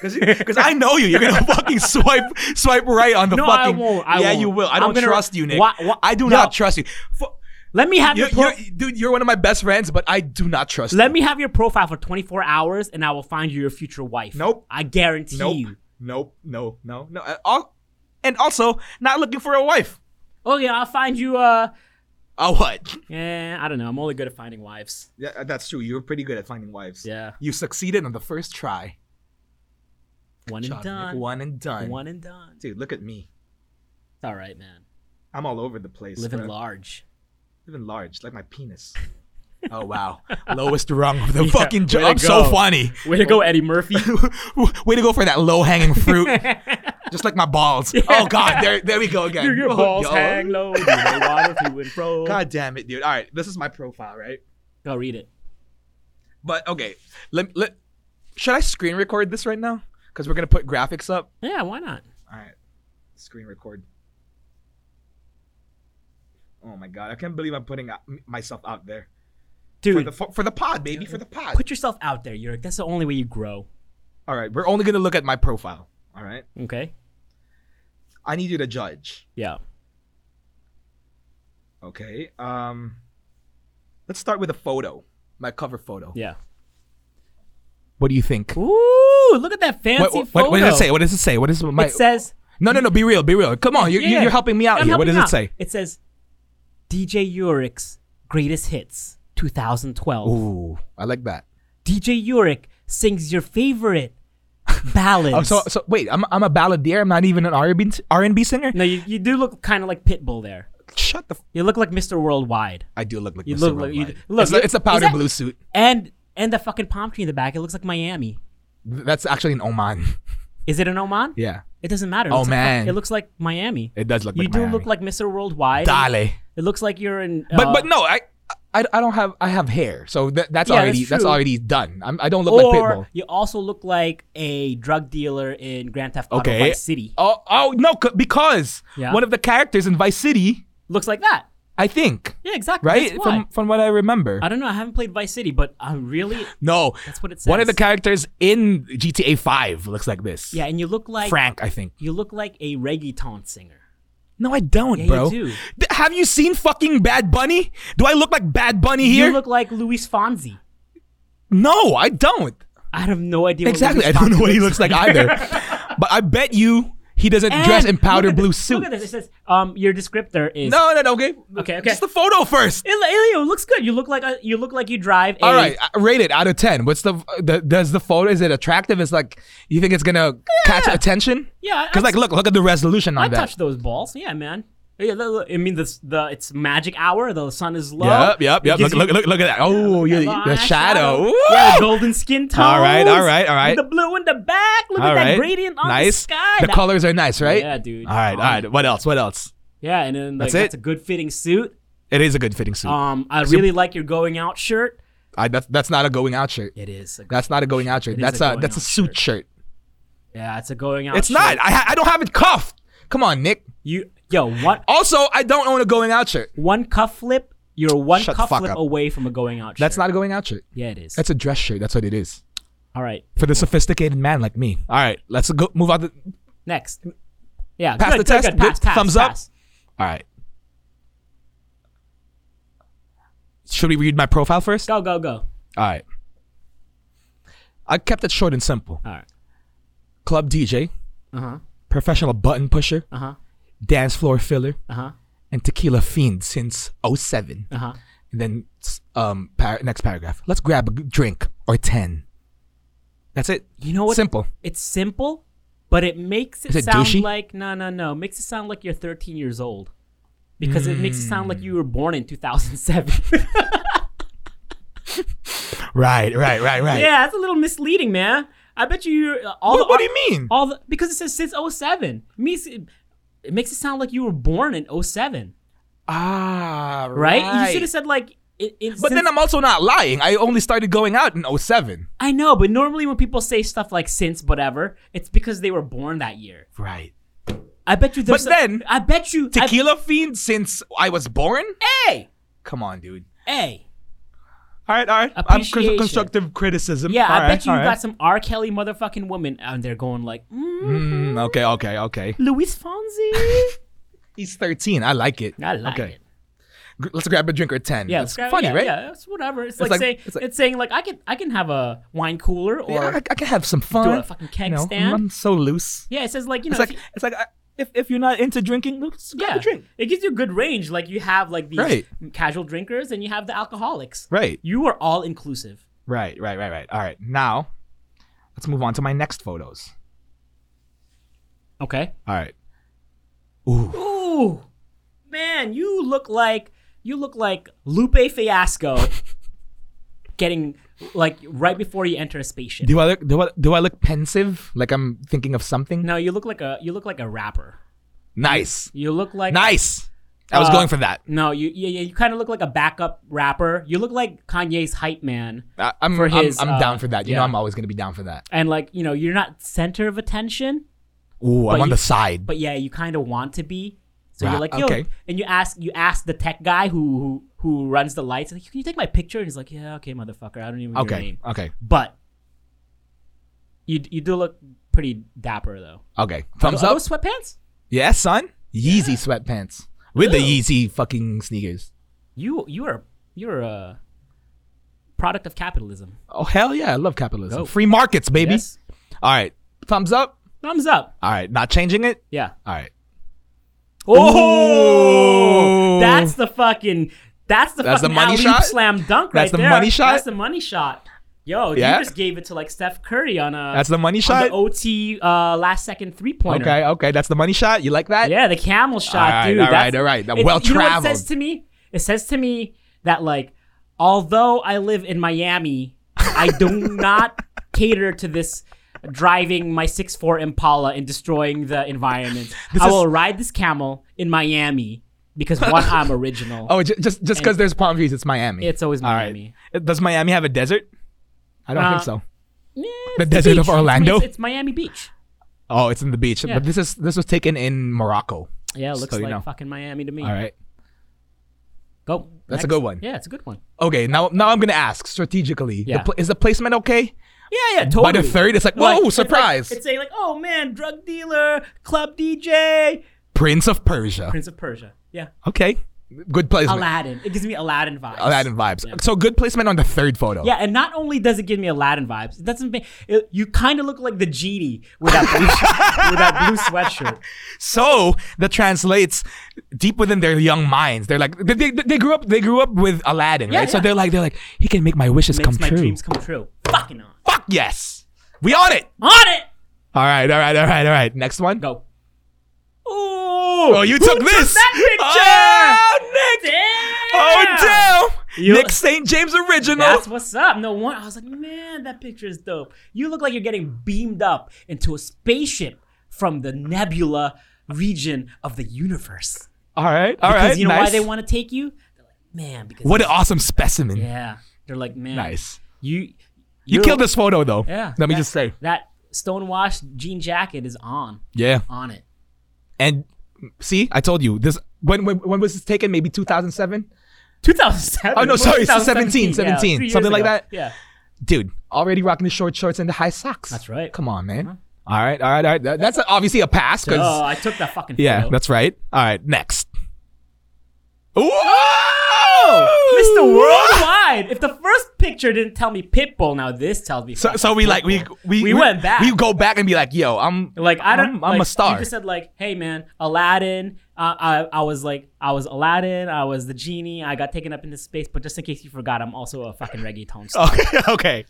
S1: Cause, Cause I know you. You're gonna fucking swipe, swipe right on the
S3: No, I
S1: fucking.
S3: won't. I
S1: yeah,
S3: won't.
S1: you will. I
S3: I'm
S1: don't
S3: gonna-
S1: trust you, Nick.
S3: Why- why-
S1: I do
S3: Yo.
S1: not trust you. Fu-
S3: Let me have
S1: you're,
S3: your pro-
S1: you're, dude, you're one of my best friends, but I do not trust
S3: let
S1: you.
S3: me have your profile for 24 hours, and I will find you your future wife.
S1: Nope.
S3: I guarantee
S1: Nope.
S3: you.
S1: Nope. No. No. No. Uh, all- and also, not looking for a wife.
S3: Oh yeah, I'll find you. Uh,
S1: A what?
S3: eh, I don't know. I'm only good at finding wives.
S1: Yeah, uh, that's true. You're pretty good at finding wives.
S3: Yeah,
S1: You succeeded on the first try.
S3: one
S1: John,
S3: and done.
S1: Nick, one and done.
S3: One and done.
S1: Dude, look at me.
S3: It's all right, man.
S1: I'm all over the place.
S3: Living
S1: bro.
S3: large.
S1: Living large, like my penis. oh wow, lowest rung of the fucking
S3: way to
S1: job. I'm so
S3: go.
S1: funny.
S3: Way to go, Eddie Murphy.
S1: Way to go for that low hanging fruit. Just like my balls. Oh god, there, there we go again.
S3: Do your
S1: Oh,
S3: balls
S1: yo.
S3: hang low? Do they water to and fro?
S1: God damn it, dude. All right, this is my profile, right?
S3: Go read it.
S1: But okay, let, let should I screen record this right now? Because we're gonna put graphics up.
S3: Yeah, why not?
S1: All right, screen record. Oh my god, I can't believe I'm putting out, myself out there for
S3: Dude,
S1: the fo- for the pod, baby, for the pod.
S3: put yourself out there. You're, that's the only way you grow.
S1: All right, we're only gonna look at my profile. All right,
S3: Okay?
S1: I need you to judge.
S3: Yeah.
S1: Okay, um, let's start with a photo, my cover photo.
S3: Yeah.
S1: What do you think?
S3: Ooh, look at that fancy
S1: What, what,
S3: photo.
S1: what does it say? What does it say? What is my?
S3: It says.
S1: no, no, no. Be real. Be real. Come on, you're,
S3: Yeah.
S1: you're helping me out
S3: I'm
S1: here. What does
S3: helping
S1: it say?
S3: out. It says DJ Uric's Greatest Hits 2012.
S1: Ooh, I like that.
S3: DJ Uric sings your favorite ballads.
S1: Oh, so, so wait, I'm, I'm a balladeer. I'm not even an R&B s- R&B singer.
S3: no, you, you do look kind of like Pitbull there.
S1: Shut the. F-
S3: You look like Mr. Worldwide.
S1: I do look like
S3: You
S1: Mr.
S3: look like- you-
S1: Worldwide.
S3: look,
S1: it's, a-
S3: you-
S1: it's a
S3: is
S1: powder
S3: that-
S1: blue suit.
S3: And and the fucking palm tree in the back, it looks like Miami.
S1: That's actually an Oman.
S3: Is it in Oman?
S1: yeah,
S3: It doesn't matter. It
S1: Oh,
S3: looks like-
S1: man.
S3: it looks like Miami.
S1: it does look.
S3: you
S1: like
S3: do
S1: Miami.
S3: look like Mr. Worldwide.
S1: Dale.
S3: It looks like you're in. Uh,
S1: But but no, I, I I don't have I have hair, so that, that's
S3: Yeah,
S1: already
S3: that's
S1: that's,
S3: true.
S1: already done. I'm, I don't look
S3: Or
S1: like Pitbull.
S3: you also look like a drug dealer in Grand Theft Auto
S1: Okay.
S3: Vice City.
S1: Oh oh no, c- because
S3: Yeah.
S1: one of the characters in Vice City,
S3: Looks like that.
S1: I think.
S3: Yeah, exactly.
S1: right?
S3: That's why.
S1: From from what I remember.
S3: I don't know. I haven't played Vice City, but I really.
S1: no.
S3: That's what it
S1: One of the
S3: says.
S1: characters in GTA 5 looks like this.
S3: Yeah, and you look like
S1: Frank, I think.
S3: You look like a reggaeton singer.
S1: No, I don't,
S3: Yeah, you
S1: bro.
S3: do.
S1: Th- Have you seen fucking Bad Bunny? Do I look like Bad Bunny here?
S3: You look like Luis Fonsi.
S1: no, I don't.
S3: I have no idea. What
S1: Exactly.
S3: Luis
S1: I don't know
S3: Fonsi
S1: what he looks like either. but I bet you he doesn't
S3: And
S1: dress in powder
S3: look at
S1: blue
S3: this-
S1: suit.
S3: Look at this. It says um, your descriptor is.
S1: No, no, no. Okay.
S3: Okay, okay.
S1: Just the photo first.
S3: It, it, it looks good. You look like a, you look like you drive. A,
S1: All right, I- rate it out of ten. What's the, uh, the does the photo is it attractive? It's like you think it's gonna catch attention?
S3: Yeah, I-
S1: Cause like look, look at the resolution on
S3: I
S1: that.
S3: touch those balls. Yeah, man. Yeah, look, look, I mean the the it's magic hour. The sun is low.
S1: Yep, yep,
S3: It
S1: yep. Look,
S3: gives
S1: look,
S3: you-
S1: look, look at that. Oh, you
S3: Come
S1: the
S3: on,
S1: shadow.
S3: Yeah, the
S1: Woo!
S3: golden skin tone.
S1: All right, all right, all right.
S3: The blue in the back. Look
S1: All
S3: at that
S1: right.
S3: gradient on
S1: nice.
S3: the sky.
S1: The
S3: That-
S1: colors are nice, right?
S3: Yeah, dude. Um,
S1: All right, all right. What else? What else?
S3: Yeah, and then like
S1: That's
S3: that's,
S1: it.
S3: a good fitting suit.
S1: It is a good fitting suit.
S3: Um, I really like your going out shirt.
S1: I, that's that's not a going out shirt.
S3: It is. A,
S1: That's not a going out
S3: It
S1: shirt.
S3: is
S1: That's
S3: a
S1: a,
S3: going
S1: that's a
S3: out
S1: suit shirt.
S3: yeah, it's a going out.
S1: It's
S3: shirt.
S1: not. I ha- I don't have it cuffed. Come on, Nick.
S3: You yo what
S1: Also, I don't own a going out shirt.
S3: one cuff flip. You're one
S1: Shut the
S3: cuff
S1: fuck
S3: flip
S1: up.
S3: away from a going out.
S1: That's
S3: shirt.
S1: not a going out shirt.
S3: Yeah, it is.
S1: That's a dress shirt. That's what it is.
S3: All right.
S1: For the sophisticated man like me. All right, let's go move on. The-
S3: Next. Yeah.
S1: Pass
S3: good,
S1: the
S3: good,
S1: test.
S3: Good, pass,
S1: Good.
S3: pass,
S1: Thumbs up.
S3: pass.
S1: All right. Should we read my profile first?
S3: Go go go.
S1: All right. I kept it short and simple.
S3: All right.
S1: Club DJ,
S3: Uh huh.
S1: professional button pusher,
S3: Uh huh.
S1: dance floor filler,
S3: Uh huh.
S1: and tequila fiend since 07.
S3: Uh huh.
S1: And then s- um par- next paragraph. Let's grab a g- drink or 10. That's it.
S3: You know what?
S1: Simple.
S3: It's simple, but it makes it,
S1: Is it
S3: sound
S1: douchey?
S3: like no no no. Makes it sound like you're 13 years old. Because it makes it sound like you were born in 2007.
S1: Right, right, right, right.
S3: yeah, that's a little misleading, man. I bet you uh, all.
S1: What,
S3: the
S1: what do
S3: ar-
S1: you mean?
S3: All the because it says since 07. It Means it, it makes it sound like you were born in 07,
S1: Ah,
S3: right? You should have said like it, it
S1: But then I'm also not lying. I only started going out in 07.
S3: I know, but normally when people say stuff like since whatever, it's because they were born that year.
S1: Right.
S3: I bet you there's
S1: But then-
S3: I bet you I-
S1: Tequila fiend since I was born?
S3: Hey!
S1: Come on, dude.
S3: Hey.
S1: All right, all right.
S3: Appreciation.
S1: constructive criticism.
S3: Yeah, I
S1: All right,
S3: bet you
S1: all
S3: you
S1: right.
S3: got some R. Kelly motherfucking woman out there going like, mm,
S1: Mm, okay, okay, okay.
S3: Luis Fonsi.
S1: He's 13. I like it.
S3: I like
S1: okay.
S3: it.
S1: Gr- Let's grab a drink or 10.
S3: Yeah,
S1: it's
S3: it's gra-
S1: funny,
S3: yeah,
S1: right?
S3: Yeah, it's whatever. It's,
S1: It's
S3: like,
S1: like-
S3: saying it's,
S1: it's like-
S3: saying like I can I can have a wine cooler or
S1: Yeah, I, I can have some fun.
S3: a fucking keg
S1: You know,
S3: stand.
S1: I'm so loose.
S3: yeah, it says like you know
S1: It's
S3: if
S1: like
S3: you-
S1: it's like uh, if if you're not into drinking, let's grab
S3: yeah,
S1: a drink.
S3: it gives you a good range. Like you have like these
S1: Right.
S3: casual drinkers and you have the alcoholics.
S1: Right,
S3: You are all inclusive.
S1: right, right, right, right. All right, now let's move on to my next photos.
S3: Okay.
S1: All right.
S3: Ooh, man, you look like you look like Lupe Fiasco, getting like right before you enter a spaceship.
S1: Do I look do I, do I look pensive? Like I'm thinking of something?
S3: no, you look like a you look like a rapper.
S1: Nice,
S3: You look like
S1: nice. I was
S3: Uh,
S1: going for that.
S3: No, you yeah, yeah you kind of look like a backup rapper. You look like Kanye's hype man,
S1: I, I'm
S3: for his,
S1: I'm, I'm
S3: uh,
S1: down for that. You know,
S3: yeah.
S1: I'm always gonna be down for that.
S3: and like you know you're not center of attention,
S1: Ooh, I'm
S3: But
S1: on
S3: you-
S1: the side.
S3: but yeah, you kind of want to be. So
S1: Right,
S3: you're like, yo,
S1: okay.
S3: and you ask, you ask the tech guy who who who runs the lights, like, can you take my picture? And he's like, yeah, okay, motherfucker, I don't even know your
S1: okay,
S3: name.
S1: okay,
S3: But you you do look pretty dapper though.
S1: okay. Thumbs
S3: Are
S1: up.
S3: those sweatpants?
S1: Yeah, son. Yeezy sweatpants with the Yeezy fucking sneakers.
S3: You you are you're a product of capitalism.
S1: Oh hell yeah, I love capitalism.
S3: Go.
S1: Free markets, baby.
S3: Yes.
S1: All right, thumbs up.
S3: Thumbs up.
S1: All right, not changing it.
S3: Yeah.
S1: All right.
S3: Oh, that's the fucking that's the
S1: That's the
S3: fucking
S1: money
S3: alley-oop
S1: shot?
S3: slam dunk
S1: That's
S3: right
S1: the
S3: there.
S1: money shot?
S3: That's the money shot. Yo,
S1: Yeah.
S3: you just gave it to like Steph Curry on a
S1: That's the money
S3: on
S1: shot.
S3: Uh, the OT uh, last second three pointer.
S1: Okay, okay, that's the money shot. You like that?
S3: Yeah, the camel shot,
S1: All right,
S3: dude.
S1: all
S3: that's-
S1: right, all right. Now,
S3: it-
S1: well
S3: you know what it
S1: traveled.
S3: says to me? It says to me that like, although I live in Miami, I do not cater to this driving my 6'4 Impala and destroying the environment. I
S1: is-
S3: will ride this camel in Miami because one, I'm original.
S1: Oh, ju- just just because there's palm trees, it's Miami.
S3: It's always
S1: All right.
S3: Miami.
S1: Does Miami have a desert? I don't
S3: Uh,
S1: think so.
S3: Yeah, it's
S1: The desert of
S3: beach. It's-
S1: Orlando?
S3: It's, it's Miami Beach.
S1: Oh, it's in the beach.
S3: Yeah.
S1: But this is this was taken in Morocco.
S3: Yeah, it looks
S1: So you
S3: like
S1: know.
S3: fucking Miami to me.
S1: All right.
S3: Go.
S1: That's a
S3: next.
S1: good one.
S3: Yeah, it's a good one.
S1: Okay, now now I'm gonna ask strategically. The
S3: Yeah.
S1: pl- is the placement okay?
S3: Yeah, yeah, totally.
S1: By the third, it's like,
S3: Like,
S1: whoa,
S3: it's like-
S1: surprise!
S3: It's saying like, oh man, drug dealer, club DJ,
S1: Prince of Persia.
S3: Prince of Persia. Yeah,
S1: Okay, good placement.
S3: Aladdin. It gives me Aladdin vibes.
S1: Aladdin vibes. So good placement on the third photo.
S3: Yeah, and not only does it give me Aladdin vibes, it doesn't make it, you kind of look like the genie with that blue, with that blue sweatshirt.
S1: So that translates deep within their young minds. They're like they, they, they grew up they grew up with Aladdin,
S3: Yeah,
S1: right? So
S3: yeah.
S1: they're like they're like he can make my wishes
S3: Makes
S1: come
S3: my
S1: true.
S3: dreams come true. Fucking on.
S1: Fuck yes, we on it.
S3: On it.
S1: All right, all right, all right, all right. Next one.
S3: Go.
S1: Oh, you took this.
S3: that picture?
S1: Oh, Nick.
S3: Damn.
S1: Oh, damn.
S3: You-
S1: Nick St. James original.
S3: That's what's up. No one. I was like, man, that picture is dope. You look like you're getting beamed up into a spaceship from the nebula region of the universe.
S1: all right, all right.
S3: Because you know
S1: nice.
S3: why they want to take you? They're like, man, because
S1: What an awesome specimen.
S3: yeah, they're like, man,
S1: Nice.
S3: You
S1: You killed this photo though.
S3: Yeah.
S1: Let me
S3: that-
S1: just say.
S3: that stonewashed jean jacket is on
S1: Yeah.
S3: on it.
S1: And see, I told you this. When when, when was this taken? Maybe 2007.
S3: 2007.
S1: Oh, no,
S3: It was
S1: sorry, it's
S3: 2017,
S1: 17, 17,
S3: three years
S1: something like
S3: ago.
S1: that.
S3: Yeah.
S1: dude, already rocking the short shorts and the high socks.
S3: That's right. Uh-huh.
S1: Come on, man. All right, all right, all right. That- That's obviously a pass because
S3: Oh, I took that fucking
S1: yeah,
S3: photo.
S1: that's right. All right, next. Ooh!
S3: Mr. Worldwide. If the first picture didn't tell me Pitbull, now this tells me.
S1: So,
S3: fucking
S1: so we like we
S3: Pitbull.
S1: we,
S3: we went back.
S1: We go back and be like, yo, I'm
S3: like I don't.
S1: I'm, I'm
S3: like,
S1: a star.
S3: You just said like, hey man, Aladdin. Uh, I I was like I was Aladdin. I was the genie. I got taken up into space. But just in case you forgot, I'm also a fucking reggaeton star.
S1: okay, okay.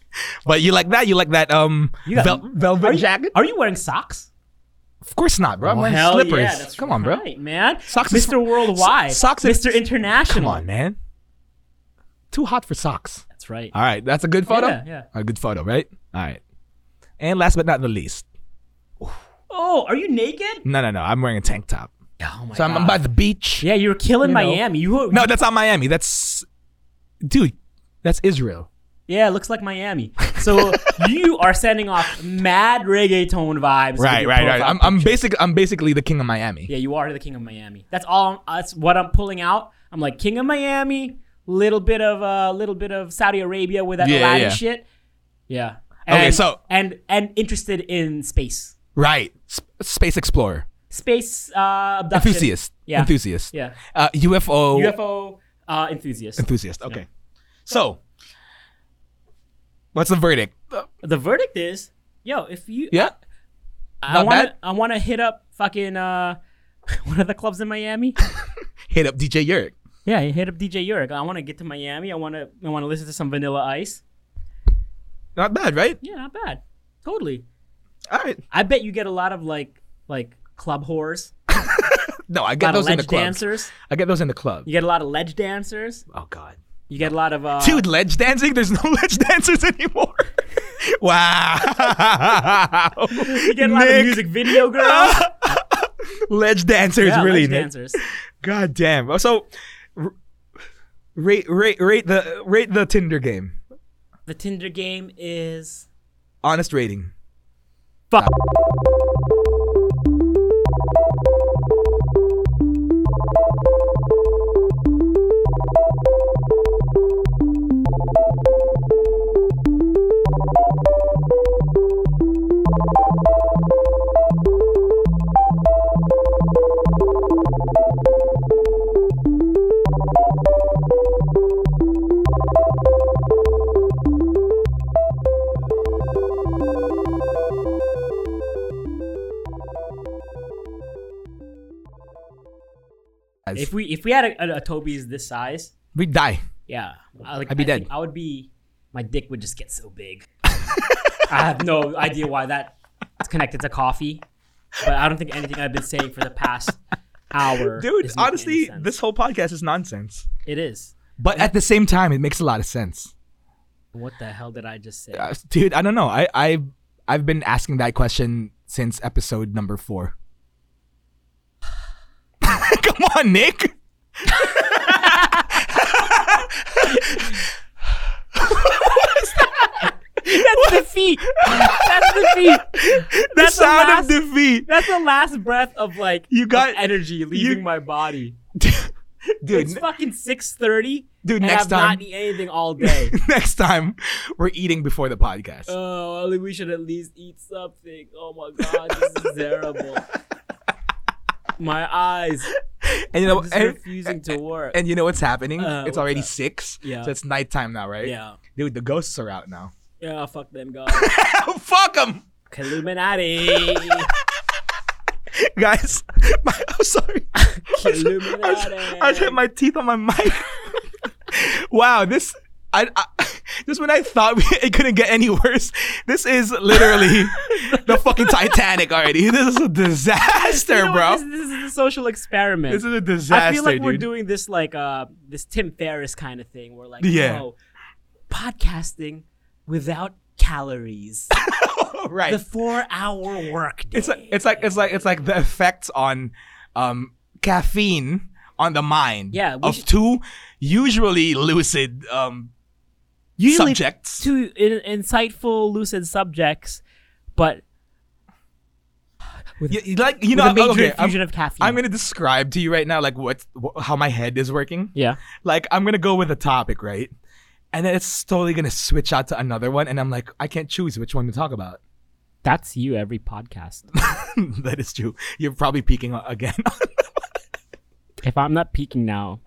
S1: But you like that? You like that? Um,
S3: You got-
S1: vel- velvet
S3: are you,
S1: jacket?
S3: Are you wearing socks?
S1: Of course not, bro. I'm wearing
S3: Hell
S1: slippers.
S3: yeah, that's
S1: Come on, bro.
S3: right, man.
S1: Socks is-
S3: Mr. Worldwide.
S1: so- socks is-
S3: Mr. International.
S1: Come on, man. Too hot for socks.
S3: That's right.
S1: All right, that's a good photo.
S3: Yeah, yeah.
S1: A good photo, right? All right. And last but not the least,
S3: Oh, are you naked?
S1: no, no, no. I'm wearing a tank top,
S3: Oh my
S1: so I'm, I'm by the beach.
S3: yeah, you're killing
S1: You know.
S3: Miami. You were,
S1: No, that's not Miami. That's, dude, that's Israel.
S3: Yeah, it looks like Miami. So you are sending off mad reggaeton vibes. with your profile
S1: I'm, I'm
S3: picture.
S1: basically, I'm basically the king of Miami.
S3: Yeah, you are the king of Miami. That's all. That's what I'm pulling out. I'm like king of Miami. Little bit of a uh, little bit of Saudi Arabia with that
S1: Yeah,
S3: Aladdin
S1: yeah.
S3: shit. Yeah.
S1: Okay,
S3: And-
S1: so-
S3: and and interested in space,
S1: Right. Sp- space explorer,
S3: space uh, abduction.
S1: enthusiast,
S3: Yeah.
S1: enthusiast,
S3: Yeah.
S1: Uh, UFO,
S3: UFO uh, enthusiast.
S1: enthusiast. Okay. So, what's the verdict? Uh,
S3: The verdict is, yo, if you,
S1: yeah.
S3: I
S1: not
S3: want
S1: bad.
S3: to, I want to hit up fucking uh, one of the clubs in Miami.
S1: Hit up DJ Yurik.
S3: yeah, hit up DJ Yurik. I want to get to Miami. I want to, I want to listen to some Vanilla Ice.
S1: Not bad, right?
S3: Yeah, not bad. Totally.
S1: All right.
S3: I bet you get a lot of like, like club whores.
S1: No, I
S3: A
S1: get
S3: lot of
S1: those in
S3: ledge
S1: the club.
S3: dancers.
S1: I get those in the club.
S3: You get a lot of ledge dancers.
S1: Oh God.
S3: You get a lot of uh,
S1: Dude, ledge dancing? There's no ledge dancers anymore. wow.
S3: You get a lot of
S1: Nick,
S3: music video girls.
S1: Ledge dancers,
S3: Yeah,
S1: really.
S3: ledge
S1: Nick.
S3: dancers.
S1: God damn. So r- rate rate rate the rate the Tinder game.
S3: The Tinder game is
S1: Honest rating.
S3: fuck. If we if we had a, a, a Toby's this size,
S1: we die.
S3: Yeah, I, like,
S1: I'd be
S3: I
S1: dead.
S3: think I would be. My dick would just get so big. I have no idea why that is connected to coffee, but I don't think anything I've been saying for the past hour.
S1: Dude,
S3: is making any
S1: honestly,
S3: sense.
S1: this whole podcast is nonsense.
S3: it is.
S1: But at the same time, it makes a lot of sense.
S3: What the hell did I just say?
S1: Uh, Dude, I don't know. I I I've been asking that question since episode number 4. Come on, Nick.
S3: That's defeat. That's defeat.
S1: the
S3: That's the
S1: sound
S3: last-
S1: of defeat.
S3: That's the last breath of like
S1: You
S3: of
S1: got-
S3: energy leaving
S1: you-
S3: my body.
S1: Dude,
S3: it's
S1: n-
S3: fucking six thirty.
S1: Dude,
S3: and
S1: next
S3: I've
S1: time-
S3: not eaten anything all day.
S1: next time we're eating before the podcast.
S3: oh, Ali, we should at least eat something. Oh my god, this is terrible. My eyes
S1: and you know,
S3: are just
S1: and,
S3: refusing to work.
S1: and you know what's happening?
S3: Uh,
S1: it's
S3: what's
S1: already
S3: that?
S1: six.
S3: Yeah.
S1: So it's nighttime now, right?
S3: yeah,
S1: Dude, the ghosts are out now.
S3: yeah, fuck them guys.
S1: Fuck them,
S3: Illuminati,
S1: guys. My, I'm sorry. I was, I was
S3: Illuminati.
S1: hitting my teeth on my mic. wow, this I, I just when I thought we, it couldn't get any worse, this is literally the fucking Titanic already. This is a disaster,
S3: You know
S1: bro.
S3: what? This, this is a social experiment.
S1: This is a disaster,
S3: I feel like
S1: dude.
S3: we're doing this like uh this Tim Ferriss kind of thing. We're like,
S1: Yeah.
S3: "Yo, podcasting without calories.
S1: right.
S3: the four hour work day.
S1: it's like it's like it's like it's like the effects on um caffeine on the mind
S3: Yeah, we
S1: of
S3: should-
S1: two usually lucid um
S3: Usually
S1: subjects.
S3: two in, insightful, lucid subjects, but with,
S1: Y- y- like you
S3: with
S1: know
S3: a major
S1: okay, I'm-
S3: infusion of caffeine.
S1: I'm gonna describe to you right now, like what wh- how my head is working.
S3: yeah.
S1: Like I'm gonna go with a topic, right? And then it's totally gonna switch out to another one, and I'm like, I can't choose which one to talk about.
S3: That's you every podcast.
S1: that is true. You're probably peeking a- again.
S3: if I'm not peaking now,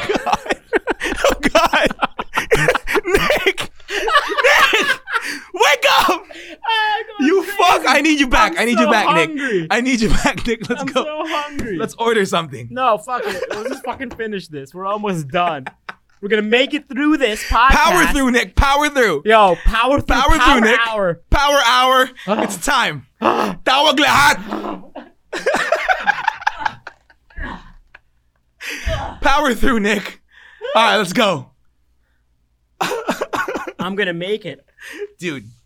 S1: oh God, Nick, Nick, wake up! You fuck! I need you back. i
S3: I'm
S1: need
S3: so
S1: you back,
S3: hungry.
S1: Nick. I need you back, Nick. Let's
S3: I'm
S1: go.
S3: so hungry.
S1: Let's order something.
S3: No, fuck it. We'll just fucking finish this. We're almost done. We're gonna make it through this podcast.
S1: Power through, Nick. Power through.
S3: Yo, power through.
S1: Power
S3: Power,
S1: through, Nick.
S3: hour.
S1: Power hour. It's time. Tawag lahat. Power through, Nick. All right, let's go,
S3: I'm gonna make it.
S1: dude.